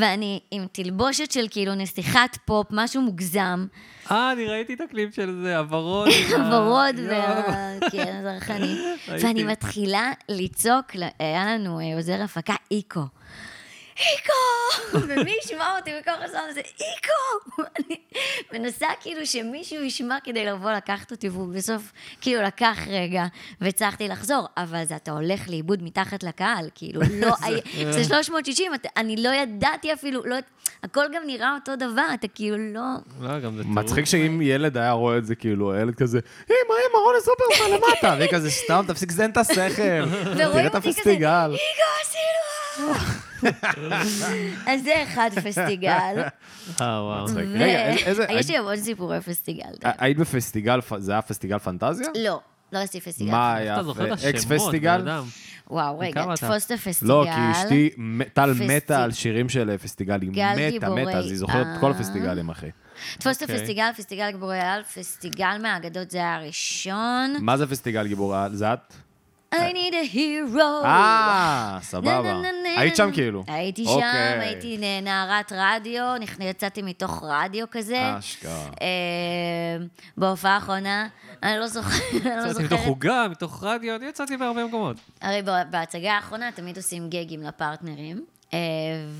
C: ואני עם תלבושת של כאילו נסיכת פופ, משהו מוגזם,
A: אה, אני ראיתי את הקליפ של זה, הוורוד. עם ה-
C: הוורוד
A: יואו.
C: וה... כן, זרחני.
A: ראיתי.
C: ואני מתחילה לצעוק, ל- היה לנו אה, עוזר הפקה, איקו. איקו! ומי ישמע אותי בכל הסאונד הזה? איקו! אני מנסה כאילו שמישהו ישמע כדי לבוא לקחת אותי, והוא בסוף כאילו לקח רגע, והצלחתי לחזור, אבל זה אתה הולך לאיבוד מתחת לקהל, כאילו, לא... היה- זה 360, אתה- אני לא ידעתי אפילו, לא... הכל גם נראה אותו דבר, אתה כאילו לא...
A: לא, גם זה טירוף.
B: מצחיק שאם ילד היה רואה את זה, כאילו, הילד כזה, אמא, אמא, רוני סופרמן למטה, והיא כזה, סתם, תפסיק לזיין את השכל, תראה
C: ורואים
B: את
C: אותי כזה, "אה,
B: הפסטיגל.
C: איגו, עשינו! אז זה אחד פסטיגל.
A: אה, וואו.
B: מצחיק.
C: ו-
B: רגע, איזה- איזה- אה,
C: יש לי עוד סיפורי פסטיגל.
B: ה- היית בפסטיגל, פ- זה היה פסטיגל פנטזיה?
C: לא, לא עשיתי פסטיגל.
B: מה היה?
A: אתה זוכר את
B: אקס
A: השמות, בן
B: פסטיגל?
A: אדם.
C: וואו, רגע,
A: כמה אתה?
C: תפוס את הפסטיגל.
B: לא, כי אשתי, מ- טל
C: פסטיגל.
B: מתה על שירים של פסטיגל, היא
C: גל
B: מתה,
C: גיבורי אה?
B: מתה, אז היא זוכרת את כל
C: עם.
B: הפסטיגלים, אחי.
C: תפוס את
A: אוקיי.
C: הפסטיגל, פסטיגל גיבורי על, פסטיגל מהאגדות זה היה הראשון.
B: מה זה פסטיגל גיבור העל? זה את?
C: I need a hero.
B: אה, סבבה.
C: נה, נה, נה,
B: היית שם
C: נה.
B: כאילו.
C: הייתי
B: אוקיי.
C: שם, הייתי נ- נערת רדיו, נכ- יצאתי מתוך רדיו כזה.
B: אשכרה.
C: אה, בהופעה האחרונה, אני לא זוכרת. אני לא
A: יצאתי מתוך
C: זוכרת.
A: עוגה, מתוך רדיו, אני יצאתי בהרבה מקומות.
C: הרי ב- בהצגה האחרונה תמיד עושים גגים לפרטנרים, אה,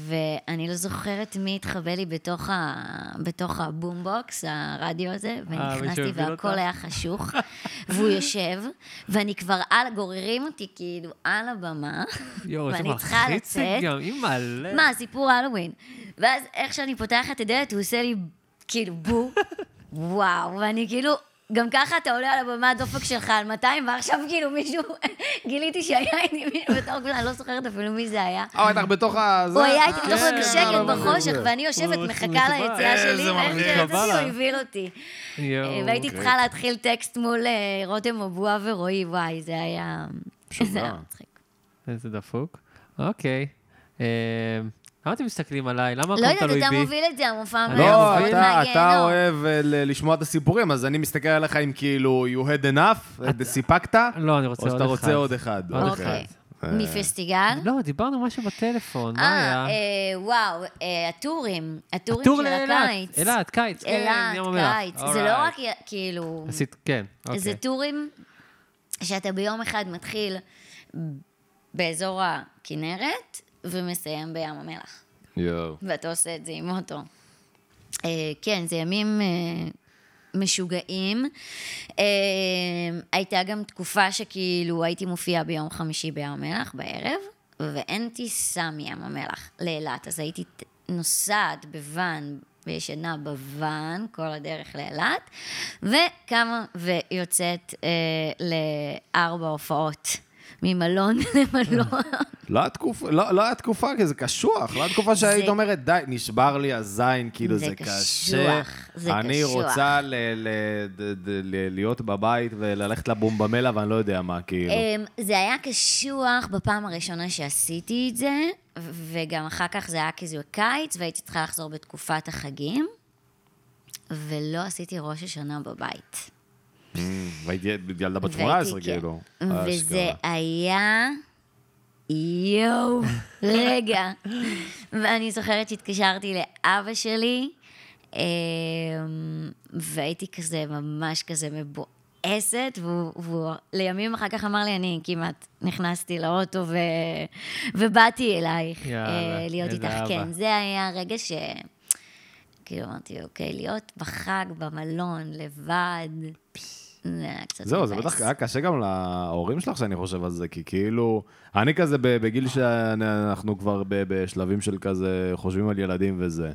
C: ואני לא זוכרת מי התחבא לי בתוך, ה... בתוך הבומבוקס, הרדיו הזה, ונכנסתי
A: שהוביל אה, אותך?
C: והכל היה חשוך, והוא יושב, ואני כבר על, גוררים אותי כאילו על הבמה,
A: יואו, איזה
C: ואני צריכה
A: מלחיץ
C: לצאת.
A: גם, היא מלא.
C: מה, סיפור הלווין. ואז איך שאני פותחת את הדלת, הוא עושה לי כאילו בו, וואו, ואני כאילו... גם ככה אתה עולה על הבמה, הדופק שלך על 200, ועכשיו כאילו מישהו, גיליתי שהיה איתי מישהו בתוך הקבוצה, אני לא זוכרת אפילו מי זה היה.
D: אה, בטח בתוך ה...
C: הוא היה איתי
A: כן,
C: בתוך
A: לא,
C: שקט
A: לא,
C: בחושך,
D: לא, לא.
C: ואני יושבת,
A: הוא
C: מחכה
A: מחובר.
C: ליציאה
A: איזה
C: שלי, ואיך
A: מלחיץ,
C: שיצאתי
A: חבל.
C: הוא הוביל אותי. אה,
A: יואו. אוקיי.
C: והייתי צריכה להתחיל טקסט מול אה, רותם אבואה ורועי, וואי, זה היה... זה היה מצחיק.
A: איזה דפוק. אוקיי. אה, למה אתם מסתכלים עליי? למה
C: לא
A: הכל
C: יודעת,
A: תלוי
C: אתה
A: בי?
C: מוביל את זה, המופע
A: אני
B: לא,
A: אבל
B: אתה- אתה
C: מהגיהנום.
B: אוהב אה, ל- לשמוע את הסיפורים, אז אני מסתכל עליך עם כאילו, you had enough, אה, סיפקת,
A: לא, אני רוצה
B: או
A: עוד אחד.
B: שאתה רוצה עוד אחד.
A: עוד
B: אוקיי.
C: אוקיי.
B: אה.
C: מפסטיגל?
A: לא, דיברנו משהו בטלפון, מה
C: אה,
A: היה?
C: אה, וואו, אה, הטורים. הטורים
A: טור
C: של
A: לאילת.
C: הקיץ.
A: אילת, קיץ. כן, ים
C: אילת,
A: המלח.
C: קיץ. זה לא
A: Alright.
C: רק י- כאילו...
A: עשית, כן,
C: זה
A: אוקיי.
C: טורים שאתה ביום אחד מתחיל באזור הכנרת ומסיים בים המלח.
B: יואו.
C: ואתה עושה את זה עם אוטו. אה, כן, זה ימים אה, משוגעים. אה, הייתה גם תקופה שכאילו הייתי מופיעה ביום חמישי בים המלח בערב, ואין טיסה מים המלח לאילת, אז הייתי ט- נוסעת בוואן. וישנה בוואן כל הדרך לאילת, וקמה ויוצאת אה, לארבע הופעות, ממלון למלון.
B: לא היה תקופה, לא לא היה תקופה, כי זה קשוח, לא היה תקופה שהיית
C: זה-
B: אומרת, די, נשבר לי הזין, כאילו,
C: זה
B: זה קשה.
C: קשוח, זה
B: אני
C: קשוח.
B: רוצה ל- ל- ד- ד- ל- להיות בבית וללכת לבומבמלה ואני לא יודע מה, כאילו.
C: אמ, זה היה קשוח בפעם הראשונה שעשיתי את זה, ו- וגם אחר כך זה היה כזה קיץ, והייתי צריכה לחזור בתקופת החגים, ולא עשיתי ראש השנה בבית.
B: והייתי ילדה בת
C: והייתי,
B: 18,
C: כן.
B: כאילו.
C: וזה
B: אשכרה.
C: היה... יואו, רגע. ואני זוכרת שהתקשרתי לאבא שלי, אמ, והייתי כזה, ממש כזה מבואסת, והוא והוא לימים אחר כך אמר לי, אני כמעט נכנסתי לאוטו ו... ובאתי אלייך
A: יאללה,
C: אה, להיות
A: איזה
C: איתך.
A: אבא.
C: כן, זה היה רגע ש... כאילו אמרתי, אוקיי, להיות בחג, במלון, לבד, זה היה קצת מבאס.
B: זהו, זה בטח היה קשה גם להורים שלך שאני חושב על זה, כי כאילו, אני כזה ב- בגיל שאנחנו כבר ב- בשלבים של כזה, חושבים על ילדים וזה.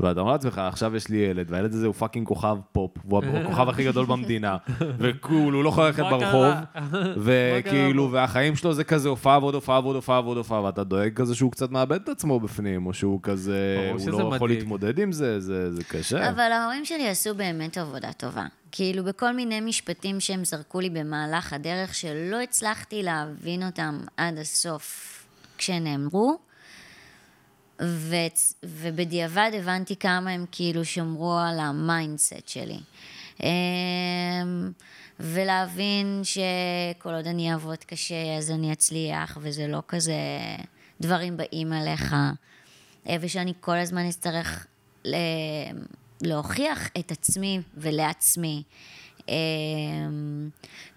B: ואתה אומר לעצמך, עכשיו יש לי ילד, והילד הזה הוא פאקינג כוכב פופ, והוא הכוכב הכי גדול במדינה, וכאילו, לא יכול ללכת
A: מה
B: ברחוב,
A: קרה?
B: וכאילו,
A: פה?
B: והחיים שלו זה כזה הופעה ועוד הופעה ועוד הופעה ועוד הופעה, ואתה דואג כזה שהוא קצת מאבד את עצמו בפנים, או שהוא כזה,
A: ברור
B: הוא
A: שזה
B: לא יכול
A: מדאיג.
B: להתמודד עם זה, זה זה קשה.
C: אבל ההורים שלי עשו באמת עבודה טובה. כאילו, בכל מיני משפטים שהם זרקו לי במהלך הדרך, שלא הצלחתי להבין אותם עד הסוף כשנאמרו, ו... ובדיעבד הבנתי כמה הם כאילו שמרו על המיינדסט שלי. אמ, ולהבין שכל עוד אני אעבוד קשה, אז אני אצליח, וזה לא כזה דברים באים עליך. אה, ושאני כל הזמן אצטרך ל- להוכיח את עצמי ולעצמי. אה,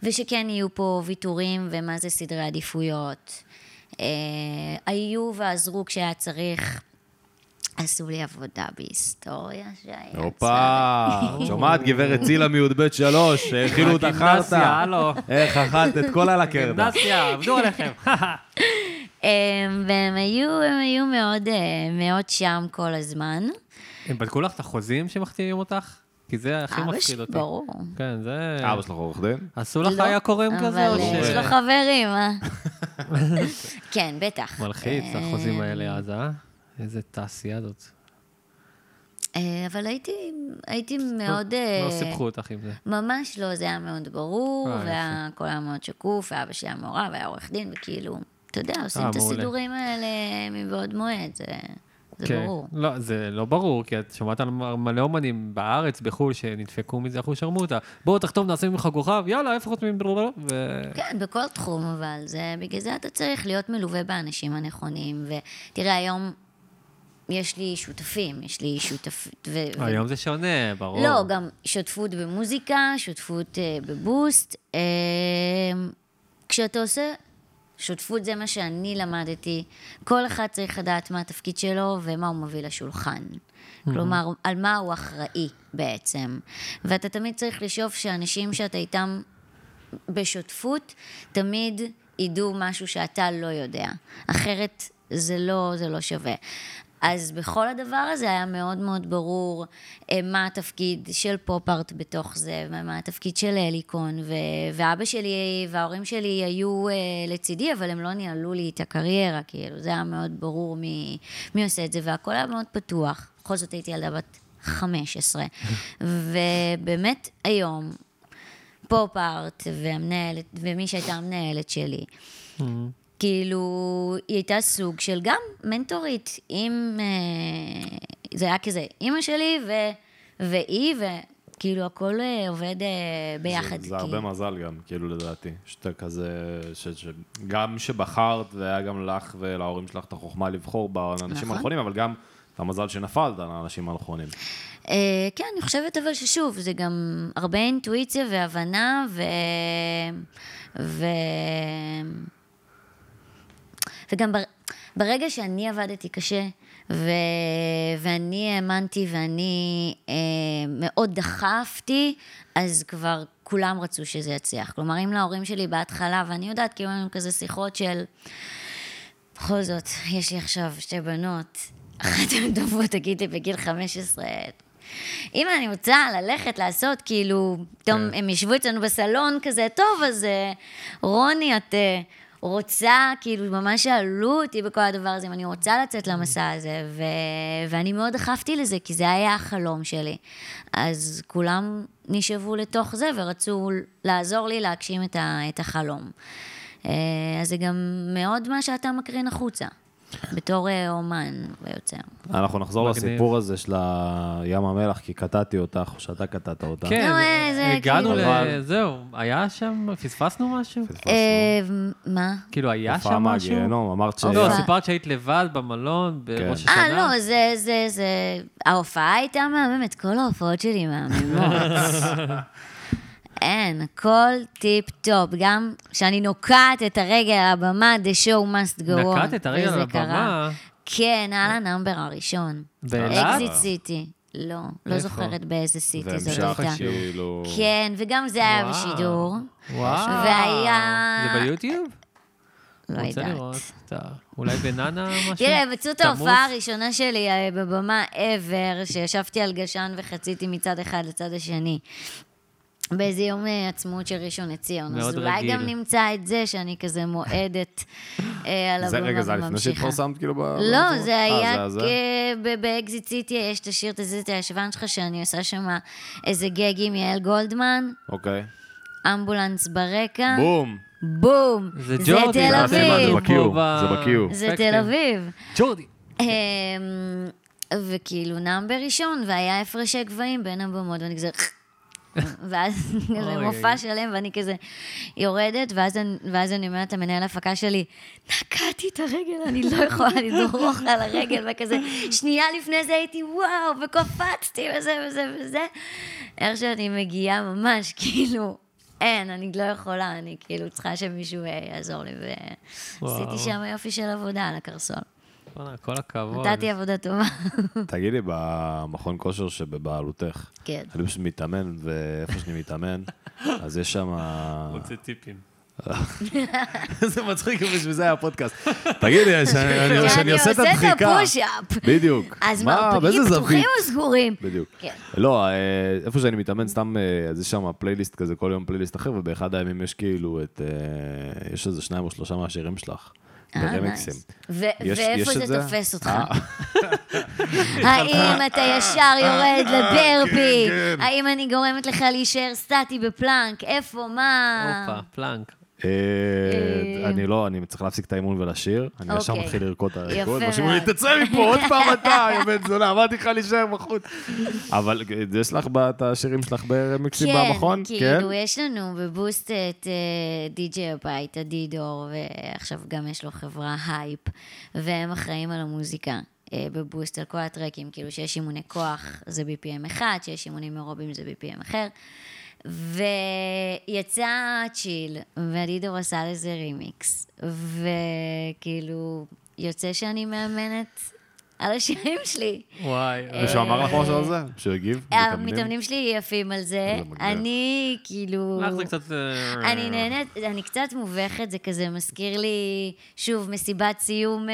C: ושכן יהיו פה ויתורים ומה זה סדרי עדיפויות. אה, היו ועזרו כשהיה צריך. עשו לי עבודה בהיסטוריה שהיה צריך.
B: הופה, שומעת גברת צילה מי"ב שלוש, האכילו אותה
A: הגימנסיה,
B: חרטא.
A: הלו.
B: איך אכלת את כל הלקרדה.
A: גימנסיה, עבדו עליכם.
C: הם- אמ, והם היו, הם היו מאוד, אה, מאוד שם כל הזמן.
A: הם בדקו לך את החוזים שמחתימים אותך? כי זה הכי
C: אבא
A: מפחיד
C: שלי,
A: אותי.
C: אה, ברור.
A: כן, זה...
B: אבא שלך עורך דין?
A: עשו לך
C: לא,
A: היה קוראים כזה? או
C: אבל אה,
A: ש-
C: יש לו חברים, אה? כן, בטח.
A: מלחיץ,
C: אה,
A: החוזים האלה אז, אה? איזה תעשייה זאת.
C: אה, אבל הייתי, הייתי מאוד...
A: לא
C: אה,
A: סיפחו אותך עם זה.
C: ממש לא, זה היה מאוד ברור,
A: אה, יפה.
C: והכל היה מאוד שקוף, ואבא שלי היה מעורב, היה עורך דין, וכאילו, אתה יודע, עושים
A: אה,
C: את
A: מעולה.
C: הסידורים האלה מבעוד מועד, זה, זה
A: כן.
C: ברור.
A: לא, זה לא ברור, כי את שומעת על מ- מלא אומנים בארץ, בחו"ל, שנדפקו מזה אחוז שרמוטה. בואו תחתום, נעשה ממך כוכב, יאללה, איפה חותמים? בלבלבלב, ו...
C: כן, בכל תחום, אבל זה, בגלל זה אתה צריך להיות מלווה באנשים הנכונים, ותראה, היום יש לי שותפים, יש לי שותפות, ו... ו-
A: היום זה שונה, ברור.
C: לא, גם שותפות במוזיקה, שותפות אה, בבוסט. אה, כשאתה עושה שותפות, זה מה שאני למדתי. כל אחד צריך לדעת מה התפקיד שלו ומה הוא מביא לשולחן. כלומר, על מה הוא אחראי בעצם. ואתה תמיד צריך לשאוף שאנשים שאתה איתם בשותפות, תמיד ידעו משהו שאתה לא יודע. אחרת זה לא, זה לא שווה. אז בכל הדבר הזה היה מאוד מאוד ברור אה, מה התפקיד של פופ-ארט בתוך זה, ומה התפקיד של אליקון, ו- ואבא שלי וההורים שלי היו אה, לצידי, אבל הם לא ניהלו לי את הקריירה, כאילו, זה היה מאוד ברור מי, מי עושה את זה, והכל היה מאוד פתוח. בכל זאת הייתי ילדה בת 15, ובאמת היום פופ-ארט והמנהלת, ומי שהייתה המנהלת שלי. כאילו, היא הייתה סוג של גם מנטורית, עם... אה, זה היה כזה אימא שלי ו, והיא, וכאילו הכל אה, עובד אה, ביחד.
B: זה, זה הרבה
C: כאילו.
B: מזל גם, כאילו לדעתי. שאתה כזה, ש, ש, גם שבחרת, והיה גם לך ולהורים שלך את החוכמה לבחור באנשים
C: נכון.
B: הנכונים, אבל גם את המזל שנפלת על האנשים הנכונים.
C: אה, כן, אני חושבת אבל ששוב, זה גם הרבה אינטואיציה והבנה ו... ו... וגם בר... ברגע שאני עבדתי קשה, ו... ואני האמנתי ואני אה, מאוד דחפתי, אז כבר כולם רצו שזה יצליח. כלומר, אם להורים שלי בהתחלה, ואני יודעת, כאילו, היו לנו כזה שיחות של... בכל זאת, יש לי עכשיו שתי בנות, אחת מהן דוברות, תגיד לי, בגיל 15. אם אני רוצה ללכת לעשות, כאילו, פתאום הם ישבו אצלנו בסלון כזה, טוב, אז אה, רוני, את אה, רוצה, כאילו, ממש שאלו אותי בכל הדבר הזה, אם אני רוצה לצאת למסע הזה, ו... ואני מאוד דחפתי לזה, כי זה היה החלום שלי. אז כולם נשאבו לתוך זה ורצו לעזור לי להגשים את, ה... את החלום. אה, אז זה גם מאוד מה שאתה מקרין החוצה, בתור אה, אומן ויוצר.
B: אנחנו נחזור
A: מגניב.
B: לסיפור הזה של ים המלח, כי קטעתי אותך, או שאתה קטעת אותה.
A: כן,
C: לא, אה, זה
A: הגענו
C: כאילו-
A: ל... זהו, היה שם, פספסנו משהו?
C: אה, מה?
A: כאילו, היה
B: הופעה
A: שם משהו?
B: מהגיהנום, אמרת ש...
A: לא,
C: הופעה.
A: סיפרת שהיית לבד במלון בראש
B: כן.
C: אה,
A: השנה.
C: לא, זה, זה, זה... ההופעה הייתה מהממת, כל ההופעות שלי מהממות. אין, הכל טיפ-טופ. גם כשאני נוקעת את הרגל על הבמה, the show must go on.
A: נקעת את הרגל
C: וזה
A: על
C: קרה.
A: הבמה.
C: כן, על הנאמבר הראשון.
A: באילת?
C: אקזיט סיטי. לא, לא
A: איפה?
C: זוכרת באיזה סיטי זאת
B: והמשך
C: הייתה.
B: כאילו...
C: כן, וגם זה היה
A: וואו.
C: בשידור.
A: וואו.
C: והיה-
A: זה ביוטיוב?
C: לא
A: רוצה
C: יודעת.
A: לראות. טוב, אולי בננה משהו?
C: תראה, הם מצאו את ההופעה
A: תמוז?
C: הראשונה שלי אה, בבמה ever, שישבתי על גשן וחציתי מצד אחד לצד השני. באיזה יום אה, עצמאות של ראשון לציון. אז
A: מאוד
C: אולי
A: רגיל.
C: גם נמצא את זה שאני כזה מועדת אה, על
B: זה
C: הבמה
B: רגע, זה היה לפני
C: וממשיכה.
B: שהתפרסמת כאילו ב...
C: לא,
B: בצורה?
C: זה היה
B: אה, זה
C: כ- ב- באקזיט סיטי, יש את השיר תזיז את הישבן שלך, שאני עושה שם איזה גג עם יעל גולדמן,
B: אוקיי.
C: אה. אמבולנס ברקע,
B: בום!
C: בום,
A: זה ג'ורדי.
C: תל
B: אה, סימן, זה
C: אביב,
B: בקיו,
A: כמו ב-
B: זה בקיו.
C: זה
A: אפקטים.
C: תל אביב.
A: כן, ג'ורדי.
C: אמ, וכאילו נאם בראשון, והיה הפרשי גבהים בין הבמות, ואני כזה... ואז כזה
A: אוי,
C: מופע
A: אוי.
C: שלם, ואני כזה יורדת, ואז אני- ואז אני אומרת למנהל ההפקה שלי, נקעתי את הרגל, אני לא יכולה לדרוך על הרגל, וכזה, שנייה לפני זה הייתי וואו, וקופצתי וזה וזה וזה. איך שאני מגיעה ממש, כאילו, אין, אני לא יכולה, אני כאילו צריכה שמישהו אה, יעזור לי,
A: וואו.
C: ועשיתי שם יופי של עבודה על הקרסול.
A: בואנה, כל הכבוד.
C: נתתי עבודה טובה.
B: תגידי, במכון כושר שבבעלותך,
C: אה. כן.
B: אני פשוט מתאמן, ואיפה שאני מתאמן, אז יש שם...
A: רוצה טיפים.
B: זה מצחיק, בשביל זה היה הפודקאסט. תגידי, אז אני- אני- כשאני עושה את הדחיקה...
C: הפוש-אפ.
B: בדיוק.
C: אז
B: מה, באיזה
C: מרפקים
B: זווית?
C: פתוחים או סגורים?
B: בדיוק.
C: כן.
B: לא, אה, איפה שאני מתאמן, סתם, אה, אז יש שם פלייליסט כזה, כל יום פלייליסט אחר, ובאחד הימים יש כאילו את... אה, יש איזה שניים או שלושה מהשירים שלך.
C: אה,
B: ברמקסים.
C: נייס. ו-
B: יש- יש
C: ואיפה
B: את
C: זה תופס אותך?
B: אה,
C: האם אתה ישר יורד
B: כן,
C: לברפי? האם אני גורמת לך להישאר סטטי בפלנק? איפה, מה?
A: הופה, פלנק.
B: אה, אני לא, אני צריך להפסיק את האימון ולשיר, אני ישר
C: אוקיי.
B: מתחיל לרקוד את הריקוד,
C: יפה
B: משהו לי,
C: מאוד.
B: תצא מפה, עוד פעם אתה, יא בן זונה, אמרתי לך להישאר בחוץ. אבל אה, יש לך ב- את השירים שלך ברמקסים במכון?
C: כן, כאילו, יש לנו בבוסט את אה, די.ג'יי הביתה, דידור, ועכשיו גם יש לו חברה הייפ, והם אחראים על המוזיקה. אה, בבוסט על כל הטרקים, כאילו שיש אימוני כוח זה BPM אחד, שיש אימונים אירובים זה BPM אחר. ויצא צ'יל, ודידור עשה לזה רימיקס, וכאילו, יוצא שאני מאמנת על השירים שלי.
A: וואי.
C: אה.
B: מישהו אמר לך משהו על זה? שהוא הגיב?
C: המתאמנים שלי יפים על זה.
B: זה מגניב.
C: אני כאילו...
A: לך זה קצת... אה,
C: אני נהנית, אני קצת מובכת, זה כזה מזכיר לי, שוב, מסיבת סיום אה,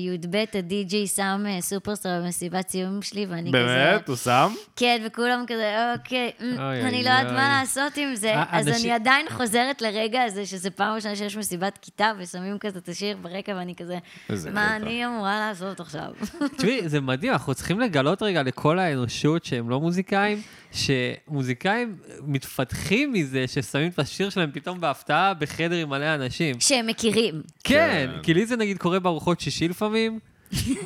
C: י"ב, הדי-ג'יי שם אה, סופרסטאר במסיבת סיום שלי, ואני כזה...
B: באמת? הוא שם?
C: כן, וכולם כזה, אוקיי, אמ,
A: אוי,
C: אני לא יודעת
A: אוי.
C: מה לעשות עם זה.
A: אה,
C: אז
A: אנשים-
C: אני עדיין חוזרת לרגע הזה, שזה פעם ראשונה שיש מסיבת כיתה, ושמים כזה את השיר ברקע, ואני כזה,
B: איזה
C: מה
B: קטע."
C: אני אמורה לעשות עכשיו?
A: תשמעי, זה מדהים, אנחנו צריכים לגלות רגע לכל האנושות שהם לא מוזיקאים, שמוזיקאים מתפתחים מזה ששמים את השיר שלהם פתאום בהפתעה בחדר עם מלא אנשים.
C: שהם מכירים.
A: כן, כי לי זה נגיד קורה בארוחות שישי לפעמים.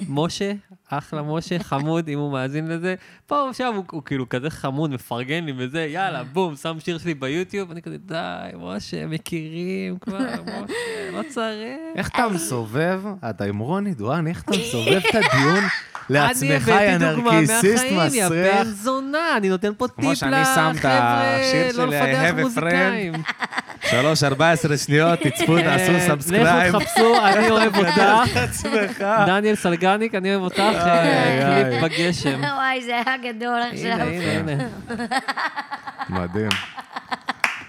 A: משה, אחלה משה, חמוד, אם הוא מאזין לזה. פה עכשיו הוא, הוא כאילו כזה חמוד, מפרגן לי וזה, יאללה, בום, שם שיר שלי ביוטיוב, אני כזה, די, משה, מכירים כבר, משה, לא צריך.
B: איך אתה מסובב, אתה עם רוני דואן, איך אתה מסובב את הדיון לעצמך,
A: אני
B: יא
A: הבאתי דוגמה
B: נרקיסיסט
A: מהחיים, יא
B: מסריח?
A: בן זונה, אני נותן פה
B: כמו
A: טיפ
B: שאני שם את
A: לחבר'ה,
B: השיר
A: לא
B: של אה,
A: לפתח
B: Have a
A: מוזיקאים.
B: שלוש, ארבע עשרה שניות, תצפו,
A: אה, לכו תחפשו, אני אוהב אותך.
B: עצמך.
A: דניאל סלגניק, אני אוהב אותך, אה,
B: איי.
A: קליפ בגשם.
C: וואי, זה היה גדול
A: הנה,
C: עכשיו.
A: הנה, הנה.
B: מדהים.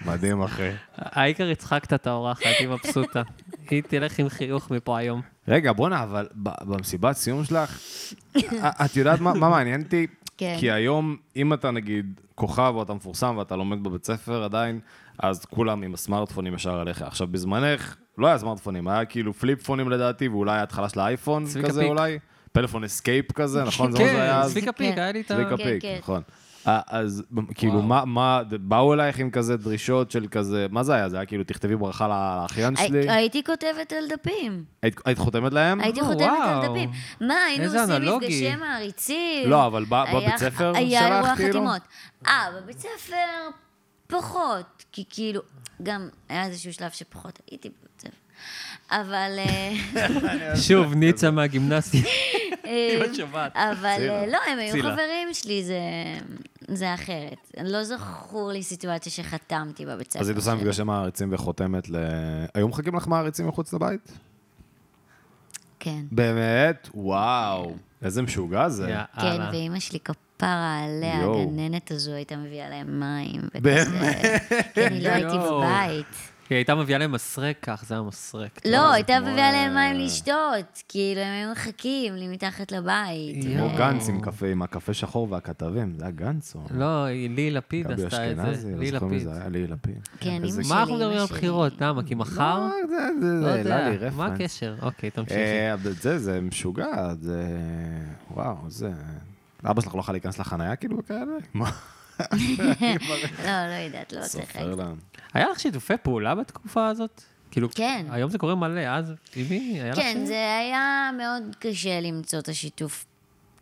B: מדהים, אחי.
A: העיקר הצחקת את האורחת, היא מבסוטה. היא תלך עם חיוך מפה היום.
B: רגע, בואנה, אבל ב- במסיבת סיום שלך, א- את יודעת מה מה מעניין אותי?
C: כן.
B: כי היום, אם אתה נגיד כוכב או אתה מפורסם ואתה לומד בבית ספר עדיין, אז כולם עם הסמארטפונים ישר עליך. עכשיו, בזמנך לא היה סמארטפונים, היה כאילו פליפפונים לדעתי, ואולי ההתחלה של האייפון
A: צביקה
B: כזה
A: פיק.
B: אולי, פלאפון אסקייפ כזה, נכון? זה מה זה היה
A: כן,
B: אז?
A: צביקה
C: כן.
A: פיק, היה לי את ה...
B: צביקה
C: כן,
B: פיק,
C: כן.
B: נכון. אה, אז ב- כאילו, מה, מה, באו אלייך עם כזה דרישות של כזה, מה זה היה? זה היה כאילו, תכתבי ברכה ל- לאחיין שלי?
C: הי- הייתי כותבת על דפים.
B: היית- היית חותמת להם?
C: הייתי
A: או,
C: חותמת על
A: וואו.
C: דפים. מה, היינו
A: איזה
C: עושים
A: אנלוגי.
C: מפגשי מעריצים.
B: לא, אבל ב-
C: היה-
B: בבית ספר
C: היה אירוע
B: שלך, כאילו?
C: חתימות. אה, בבית ספר פחות. כי כאילו, גם היה איזשהו שלב שפחות הייתי בבית ספר. אבל... אה,
A: שוב, ניצה מהגימנסיה.
C: אה,
B: לא
A: את שומעת.
C: אבל אה, לא, הם היו
A: צילה.
C: חברים שלי, זה- זה אחרת. לא זכור לי סיטואציה שחתמתי בבית ספר.
B: אז היית עושה
C: שלי.
B: מפגשי מעריצים וחותמת ל... היו מחכים לך מעריצים מחוץ לבית?
C: כן.
B: באמת? וואו. איזה משוגע זה.
C: כן,
A: יאללה.
C: ואימא שלי כפרה עליה,
B: יואו.
C: הגננת הזו הייתה מביאה להם מים. באמת? כי אני לא הייתי
A: יואו.
C: בבית.
A: היא הייתה מביאה להם מסרק כך, זה אה, היה מסרק.
C: לא, הייתה מביאה להם מים לשתות, כאילו, הם היו מחכים לי מתחת לבית.
B: כמו
A: יואו.
B: גנץ עם קפה, עם הקפה שחור והכתבים, זה היה גנץ או...
A: לא, היא- לי לפיד
B: גבי
A: עשתה את
B: אשכנזי,
A: זה.
B: לא
A: לי
B: זוכר מי
A: לפיד.
B: זה היה, לי לפיד.
C: כן,
B: איזה-
C: אימא שלי.
A: מה אנחנו מדברים
C: אימא
A: על
C: שלי.
A: בחירות? למה? כי מחר?
B: אה, זה- זה-
A: לא
B: זה העלה לי
A: יודע. מה
B: רפרנס.
A: הקשר? אוקיי, תמשיכי.
B: אה, אבל זה, זה משוגע, זה... וואו, זה... אבא שלך לא יכול להיכנס לחנייה כאילו כאלה? מה?
C: לא, לא יודעת, לא צריך.
B: סופר להם.
A: היה לך שיתופי פעולה בתקופה הזאת? כאילו,
C: כן.
A: היום זה קורה מלא, אז עם מי? היה לך
C: כן,
A: שיתוף?
C: זה היה מאוד קשה למצוא את השיתוף,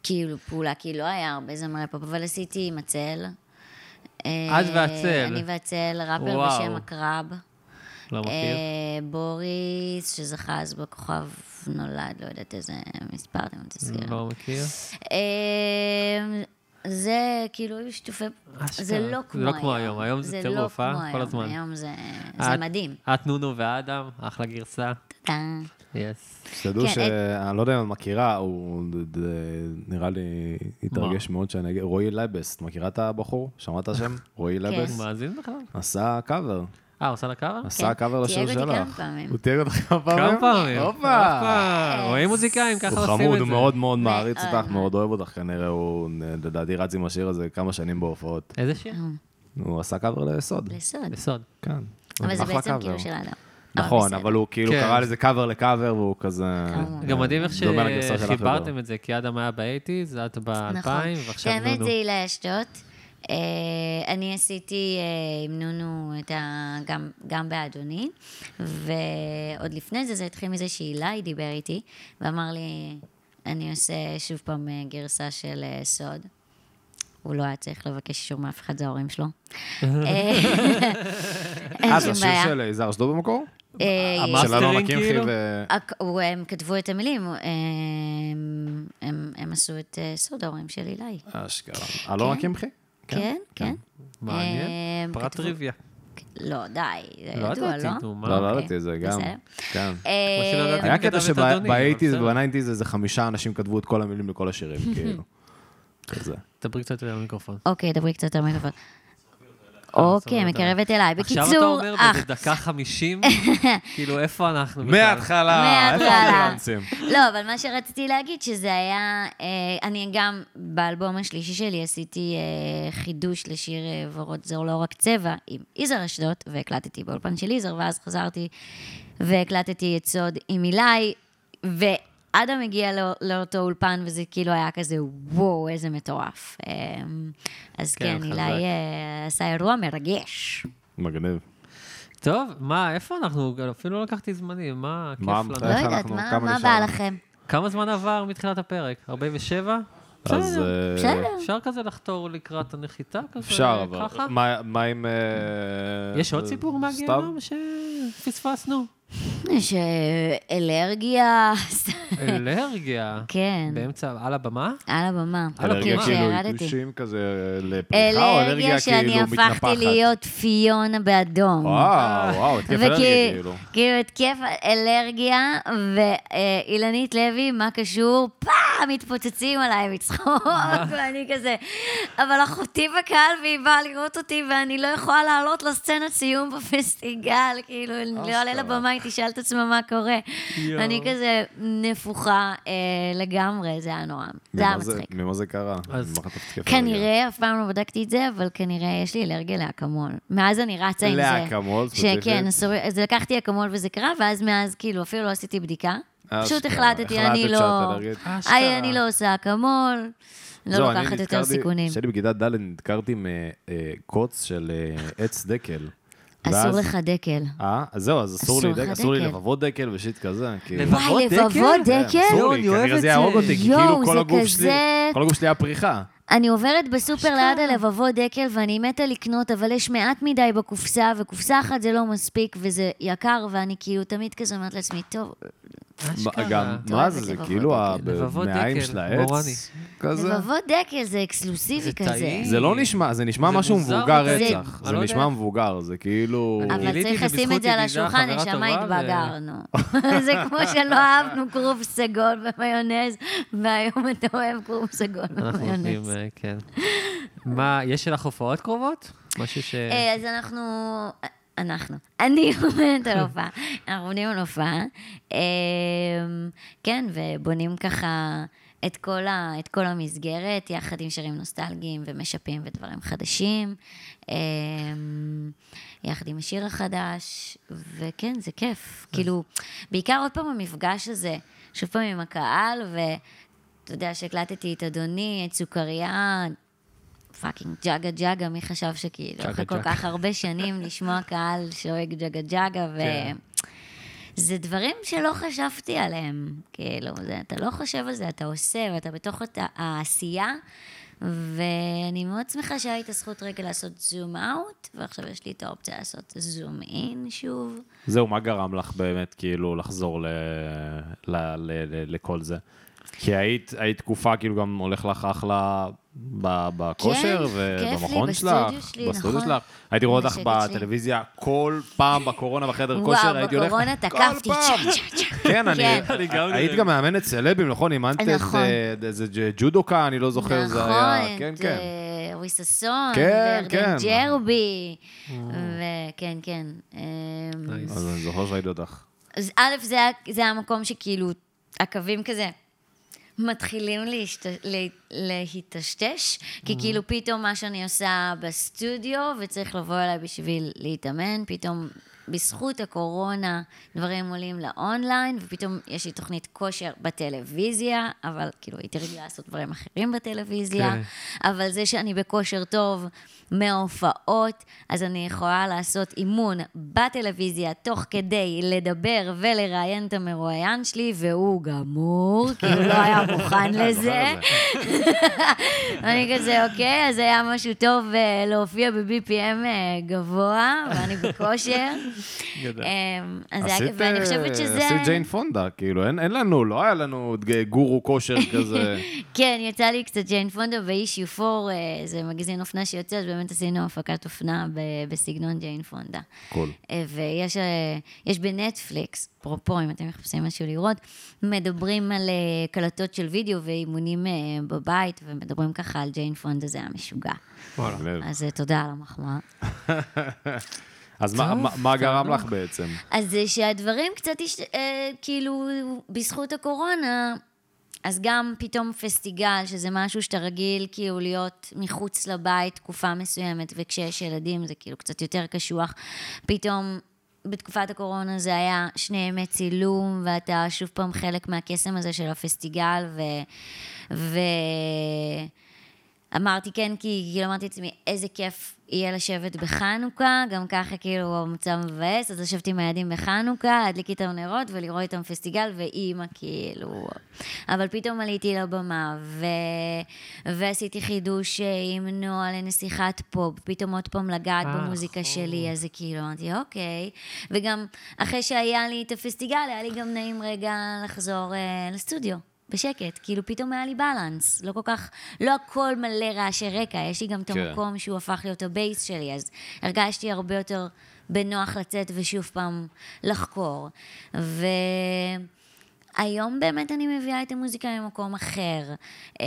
C: כאילו, פעולה, כי לא היה הרבה זמרי פופ, אבל עשיתי עם הצל. אה, אה,
A: את והצל.
C: אני והצל, ראפר
A: וואו.
C: בשם הקרב.
A: לא מכיר.
C: אה, בוריס, שזכה אז בכוכב נולד, לא יודעת איזה מספר אתם תזכירו.
A: לא מכיר.
C: אה, זה כאילו, היו שיתופי...
A: אשכרה.
C: זה לא כמו
A: זה
C: היום.
A: לא כמו היום, היום זה טירוף, אה?
C: לא כמו
A: כל
C: היום,
A: הזמן. אה,
C: היום זה- זה
A: את-
C: מדהים.
A: את נונו ואדם, אחלה גרסה.
C: טאטאם.
A: יס.
B: תדעו
C: כן,
B: ש... אני לא יודע אם את מכירה, הוא ד- ד- נראה לי התרגש מאוד שאני אגיד, רועי לבס, את מכירה את הבחור? שמעת את השם?
C: כן.
B: רועי לבס?
A: הוא מאזין בכלל?
B: עשה קאבר,
A: אה, הוא עושה לה קאבר?
B: עשה קאבר
C: תייג
B: לשיר
C: כן. אותי כמה
B: שלך.
C: פעמים.
B: הוא תיאר אותך כמה פעמים?
A: כמה פעמים.
B: הופה.
A: הופה. אה,
C: אה,
A: רואים מוזיקאים, ככה
B: אה, הוא
A: עושים את זה.
B: חמוד, הוא מאוד מאוד מעריץ
C: מאוד.
B: אותך, מאוד אוהב אותך כנראה, הוא לדעתי רץ עם השיר הזה כמה שנים בהופעות.
A: איזה שיר?
C: אה.
B: הוא עשה קאבר ליסוד,
C: לסוד.
A: בסוד.
B: כן.
C: אבל זה
B: אחלה
C: בעצם
B: קאבר.
C: כאילו של האדם.
B: נכון,
C: בסדר.
B: אבל הוא כאילו
A: כן.
B: קרא לזה קאבר לקאבר, והוא כזה...
C: כמובן.
A: גם מדהים איך
B: דומה לגרסה של אף אחד.
A: שחיברתם את זה, כי אדם היה באייטיז, את באלפיים, ועכשיו
C: נונו.
A: נונו.
C: האמת נכון. כן, זה הילה אשדוד. אה, אני עשיתי אה, עם נונו את ה... גם, גם באדוני, ועוד לפני זה זה התחיל מזה שהילה דיבר איתי, ואמר לי, אני עושה שוב פעם אה, גרסה של אה, סוד. הוא לא היה צריך לבקש אישור מאף אחד, זה ההורים שלו. אה, אין
B: אה, זה
C: שום
B: השיר
C: בעיה.
B: של יזהר אשדוד במקור?
C: אה,
A: המאסטרים
B: של אלונה קמחי
A: כאילו?
B: ו...
C: הק- הוא- הם כתבו את המילים, אה, הם- הם הם עשו את אה, סוד ההורים של אילי.
B: כן, אשכרה. אה, לא אלונה
C: כן.
B: קמחי?
C: כן, כן.
A: מעניין.
C: אה,
A: פרט
C: כתבו-
A: טריוויה.
C: לא, די, זה
A: לא
C: ידוע,
A: ידעתי,
C: לא?
A: נו, מה?
B: לא, לא
C: אוקיי,
B: ידעתי את זה גם.
C: בסדר.
B: כן.
C: אה,
A: כמו שלא ידעתי.
B: היה
A: כתב
B: קטע
A: את אדוני, אבל
B: שבאייטיז
A: בסדר.
B: ובניינטיז איזה חמישה אנשים כתבו את כל המילים לכל השירים, כאילו. כזה.
A: דברי קצת למיקרופון.
C: אוקיי, דברי קצת על המיקרופון. אוקיי,
A: סובבת אליי.
C: מקרבת אליי.
A: אה, עכשיו אתה
C: בקיצור, אה.
A: אומר
C: אח,
A: באיזה דקה חמישים, כאילו איפה אנחנו בכלל?
B: מההתחלה, איפה
C: מההתחלה.
B: האמבולנסים?
C: לא, אבל מה שרציתי להגיד, שזה היה... אה, אני גם, באלבום השלישי שלי עשיתי אה, חידוש לשיר אה, ורוד זור לא רק צבע, עם יזהר אשדוד, והקלטתי באולפן של יזהר, ואז חזרתי והקלטתי את סוד עם אילי, ואדם הגיע לא, לאותו אולפן, וזה כאילו היה כזה, וואו, איזה מטורף. אה, אז
A: כן,
C: כן,
A: חזק.
C: אילי אה, עשה אירוע מרגש.
B: מגניב.
A: טוב, מה, איפה אנחנו? אפילו לא לקחתי זמני, מה כיף
B: מה, אה.
A: לנו?
C: לא
B: איך
C: יודעת,
B: אנחנו-
C: מה,
B: כמה
C: מה
B: נשאר אה,
C: בא
B: לנו?
C: לכם?
A: כמה זמן עבר מתחילת הפרק? 47?
B: אז אה,
C: בסדר.
A: אפשר כזה לחתור לקראת הנחיתה כזה?
B: אפשר, אבל
A: ככה?
B: מה- מה עם... אה,
A: יש עוד סיפור
C: כן,
A: מהגיהנום שפספסנו?
C: יש אה, אלרגיה,
A: אלרגיה.
C: כן.
A: באמצע, על הבמה?
C: על הבמה. אוקיי,
A: על הבמה.
B: אלרגיה
A: כן,
B: כאילו
C: שירדתי.
B: עיתושים כזה אה, לפריחה, או אלרגיה כאילו
C: אלרגיה שאני
B: מתנפחת?
C: הפכתי להיות פיונה באדום.
B: וואו, וואו, התקף אלרגיה כאילו.
C: כאילו התקף אלרגיה, ואילנית לוי, מה קשור? פעם מתפוצצים עליי מצחוק,
B: אה.
C: ואני כזה. אבל אחותי בקהל, והיא באה לראות אותי, ואני לא יכולה לעלות לסצנת סיום בפסטיגל, כאילו, אני לא אעלה לבמה, היא תשאל את עצמה מה קורה.
A: יואו.
C: אני כזה נפוחה אה, לגמרי, זה היה נורא. זה היה
B: ממה
C: מצחיק.
B: ממה זה קרה?
A: אז
B: ממה חטפת התקף אלרגיה?
C: כנראה, אף פעם לא בדקתי את זה, אבל כנראה יש לי אלרגיה לאקמול. מאז אני רצה עם זה.
B: לאקמול ספציפית?
C: שכן, אסור- אז לקחתי אקמול וזה קרה, ואז מאז כאילו אפילו לא עשיתי בדיקה. פשוט
B: אשכרה.
C: החלטתי, אני
B: אה, החלטת
C: לא...
B: שאת אלרגית?
C: היי, אני לא עושה אקמול,
B: זהו,
C: לא
B: אני
C: לוקחת יותר
B: נתקרתי-
C: סיכונים.
B: כשאני בכיתה ד' נתקרתי מקוץ של אה, עץ דקל. ואז-
C: אסור לך דקל.
B: אה? אז זהו, אז אסור
C: אסור
B: לי
C: לך
B: דקל, אסור לי
C: דקל.
B: לבבות דקל ושיט כזה. כאילו.
A: לבבות
C: וואי,
A: דקל?
C: לבבות דקל?
B: אסור
A: לא,
B: לי,
A: אני אוהב
B: כנראה
A: את
B: זה
A: זה.
B: יהרוג אותי, כי
C: יואו,
B: כאילו כל
C: זה
B: הגוף
C: כזה-
B: שלי, כל הגוף שלי היה פריחה.
C: אני עוברת בסופר ליד הלבבות דקל, ואני מתה לקנות, אבל יש מעט מדי בקופסה, וקופסה אחת זה לא מספיק, וזה יקר, ואני כאילו תמיד כזה אומרת לעצמי, טוב,
A: אשכרה.
B: גם,
C: אתה
B: מה
C: אוהב
B: זה,
C: את
B: זה
C: לבבות
B: כאילו
C: דקל.
A: לבבות
B: המעיים
A: דקל,
B: של
A: מורני.
B: העץ. כזה.
C: לבבות דקל זה אקסקלוסיבי
A: אה, זה
C: כזה.
A: טעים.
B: זה לא נשמע, זה נשמע
A: זה
B: משהו
A: מוזר
B: מבוגר
A: כזה.
B: רצח.
A: אני
B: זה
A: לא
B: נשמע
A: יודע.
B: מבוגר, זה כאילו...
A: אני-
C: אבל
A: גיליתי את
C: צריך
A: זה
C: לשים
A: בזכות
C: את זה על
A: ידידה,
C: השולחן,
A: חברה
C: נשמה
A: טובה,
C: התבגרנו. זה כמו שלא אהבנו כרוב סגול ומיונז, והיום אתה אוהב כרוב סגול
A: אנחנו נותנים,
C: ומיונז.
A: אה, כן. מה, יש לך הופעות קרובות? משהו ש...
C: אה, אז אנחנו... אנחנו. אני עומדת על הופעה. אנחנו עומדים על הופעה. אה, כן, ובונים ככה את כל, ה, את כל המסגרת, יחד עם שירים נוסטלגיים ומשפים ודברים חדשים. אה, יחד עם השיר החדש, וכן, זה כיף. כאילו, בעיקר עוד פעם המפגש הזה, שוב פעם עם הקהל, ואתה יודע שהקלטתי את אדוני, את סוכריה, פאקינג ג'אגה ג'אגה, מי חשב שכאילו,
A: ג'אגה
C: אחרי כל
A: ג'אגה.
C: כך הרבה שנים לשמוע קהל שאוהג ג'אגה ג'אגה, ו...
A: כן.
C: זה דברים שלא חשבתי עליהם, כאילו, זה, אתה לא חושב על זה, אתה עושה, ואתה בתוך הת- העשייה, ואני מאוד שמחה שהיה לי את הזכות רגע לעשות זום אאוט, ועכשיו יש לי את האופציה לעשות זום אין שוב.
B: זהו, מה גרם לך באמת כאילו לחזור ל- ל- ל- ל- לכל זה? כי היית, היית תקופה, כאילו גם הולך לך אחלה ב- בכושר
C: כיף לי,
B: ובמכון שלך,
C: בסטודיו שלי, נכון.
B: שלך. הייתי רואה אותך
C: בשקט שלי.
B: בטלוויזיה כל פעם בקורונה בחדר כושר, הייתי הולך...
C: וואו, בקורונה
B: כל
C: תקפתי,
B: פעם.
C: צ'ה, צ'ה, צ'ה.
B: כן, אני...
A: אני גם
B: היית
A: נראה.
B: גם מאמנת סלבים, נכון? אימנת את
C: נכון.
B: אה, איזה ג'- ג'ודוקה, אני לא זוכר, זה היה...
C: נכון,
B: כן,
C: את,
B: כן.
C: אה, אורי ששון,
B: כן, כן. Mm.
C: וירדן ג'רבי, וכן, כן. אמ,
B: אז אני זוכר שראיתי אותך.
C: אז א', זה, היה- זה היה המקום שכאילו, הקווים כזה מתחילים להשת... לה... להיטשטש,
B: Mm.
C: כי כאילו פתאום מה שאני עושה בסטודיו, וצריך לבוא אליי בשביל להתאמן, פתאום בזכות הקורונה דברים עולים לאונליין, ופתאום יש לי תוכנית כושר בטלוויזיה, אבל כאילו הייתי רגילה לעשות דברים אחרים בטלוויזיה,
B: כן.
C: okay. אבל זה שאני בכושר טוב מההופעות, אז אני יכולה לעשות אימון בטלוויזיה תוך כדי לדבר ולראיין את המרואיין שלי, והוא גמור, כי הוא לא היה מוכן לזה. אני כזה, אוקיי, אז היה משהו טוב אה, להופיע ב-BPM אה, גבוה, ואני בכושר. אמ, אז זה היה-
B: עשית,
C: ואני
B: אה,
C: חושבת שזה...
B: עשית ג'יין פונדה, כאילו, אין, אין לנו, לא היה לנו את ג- גורו כושר כזה.
C: כן, יצא לי קצת ג'יין פונדה ב-issue 4, אה, זה מגזין אופנה שיוצא, אז באמת עשינו הפקת אופנה ב- בסגנון ג'יין פונדה.
B: קול.
C: אה, ויש אה, יש בנטפליקס, אפרופו, אם אתם מחפשים משהו לראות, מדברים על אה, קלטות של וידאו ואימונים אה, בבית, ומדברים ככה על ג'יין פונדה, זה היה משוגע.
B: לב.
C: אז אה, תודה על המחמאה.
B: אז מה, מה, מה גרם לך בעצם?
C: אז זה שהדברים קצת, הש... אה, כאילו, בזכות הקורונה, אז גם פתאום פסטיגל, שזה משהו שאתה רגיל כאילו להיות מחוץ לבית תקופה מסוימת, וכשיש ילדים זה כאילו קצת יותר קשוח, פתאום... בתקופת הקורונה זה היה שני ימי צילום, ואתה שוב פעם חלק מהקסם הזה של הפסטיגל, ו... ו... אמרתי כן, כי כאילו אמרתי לעצמי, איזה כיף יהיה לשבת בחנוכה, גם ככה כאילו המצב מבאס, אז לשבת עם הילדים בחנוכה, להדליק איתם נרות ולראות איתם פסטיגל, ואימא כאילו... אבל פתאום עליתי לבמה, ו... ועשיתי חידוש אה, עם נועה לנסיכת פופ, פתאום עוד פעם לגעת במוזיקה שלי, אז זה כאילו אמרתי, אוקיי. וגם אחרי שהיה לי את הפסטיגל, היה לי גם נעים רגע לחזור אה, לסטודיו. בשקט, כאילו פתאום היה לי בלנס, לא כל כך, לא הכל מלא רעשי רקע, יש לי גם את
B: כן.
C: המקום שהוא הפך להיות הבייס שלי, אז הרגשתי הרבה יותר בנוח לצאת ושוב פעם לחקור. והיום באמת אני מביאה את המוזיקה ממקום אחר. אמ,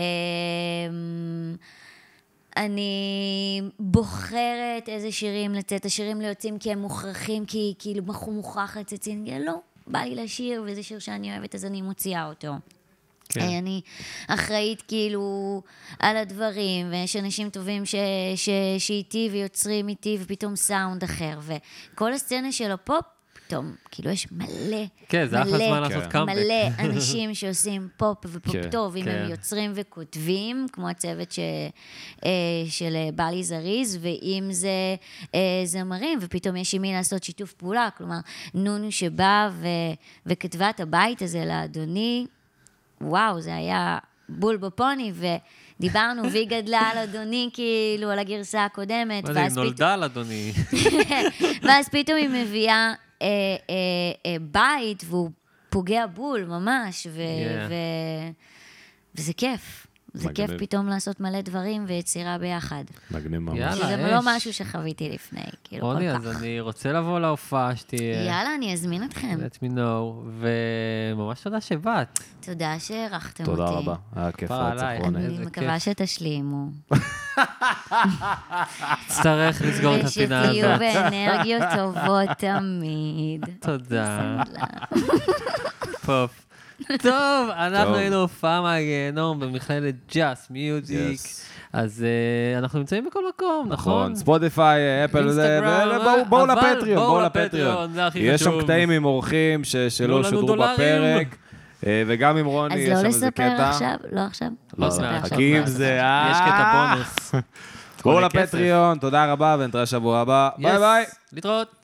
C: אני בוחרת איזה שירים לצאת, השירים לא יוצאים כי הם מוכרחים, כי כאילו בחור מוכרח לצאת סינגל, לא, בא לי לשיר, וזה שיר שאני אוהבת אז אני מוציאה אותו. כן. אני אחראית כאילו על הדברים, ויש אנשים טובים ש, ש, שאיתי ויוצרים איתי, ופתאום סאונד אחר, וכל הסצנה של הפופ, פתאום, כאילו יש מלא,
A: כן, זה אחלה
C: מלא,
A: זמן לעשות
B: כן.
A: קאמבק.
C: מלא אנשים שעושים פופ ופופ
B: כן,
C: טוב, אם
A: כן.
C: הם יוצרים וכותבים, כמו הצוות ש, אה, של אה, בלי זריז, ואם זה אה, זמרים, ופתאום יש עם מי לעשות שיתוף פעולה, כלומר, נונו שבאה ו, וכתבה את הבית הזה לאדוני, וואו, זה היה בול בפוני, ודיברנו, והיא גדלה על אדוני, כאילו, על הגרסה הקודמת,
A: מה זה, היא
C: ואז פתאום...
A: נולדה על אדוני.
C: ואז פתאום היא מביאה אה, אה, אה, בית, והוא פוגע בול ממש, ו-
A: Yeah.
C: ו- וזה כיף. זה כיף
B: מגניב.
C: פתאום לעשות מלא דברים ויצירה ביחד.
B: מגניב ממש.
A: יאללה.
C: שזה לא
A: אש.
C: משהו שחוויתי לפני, כאילו, כל כך.
A: רוני, אז אה, אני רוצה לבוא להופעה שתהיה.
C: יאללה, אני אזמין אתכם.
A: let me know, וממש תודה שבאת.
C: תודה שהערכתם אותי.
B: תודה רבה, היה כיף
A: כפרה
B: רצח
A: עלייך.
B: רוני.
C: אני
A: איזה
C: מקווה
A: כיף.
C: שתשלימו.
A: נצטרך לסגור את הפינה
C: ושתהיו
A: הזאת.
C: באנרגיות טובות תמיד.
A: תודה. פופ. טוב, אנחנו
B: טוב.
A: היינו הופעה מהגיהנום במכללת ג'אס מיוזיק.
B: Yes.
A: אז אה, אנחנו נמצאים בכל מקום, נכון?
B: נכון, ספוטיפיי, אפל, זה-
A: אינסטגרם,
B: ו- בואו- בואו
A: אבל
B: לפטריון,
A: בואו
B: בואו
A: לפטריון,
B: לפטריון.
A: זה הכי
B: יש שם
A: חשוב.
B: קטעים עם אורחים ש- שלא
A: לנו
B: שודרו
A: דולרים.
B: בפרק, אה, וגם עם רוני
C: אז
B: יש
C: לא
B: שם איזה
C: לספר
B: קטע.
C: עכשיו, לא עכשיו.
A: לא,
C: לא לספר
A: לא,
C: עכשיו.
B: חכי
C: לא
B: עם
C: לספר.
B: זה,
A: יש קטע בונוס.
B: בואו
A: עולה כסף.
B: לפטריון, תודה רבה, ונתראה שבוע הבא. ביי
A: Yes.
B: ביי.
A: להתראות.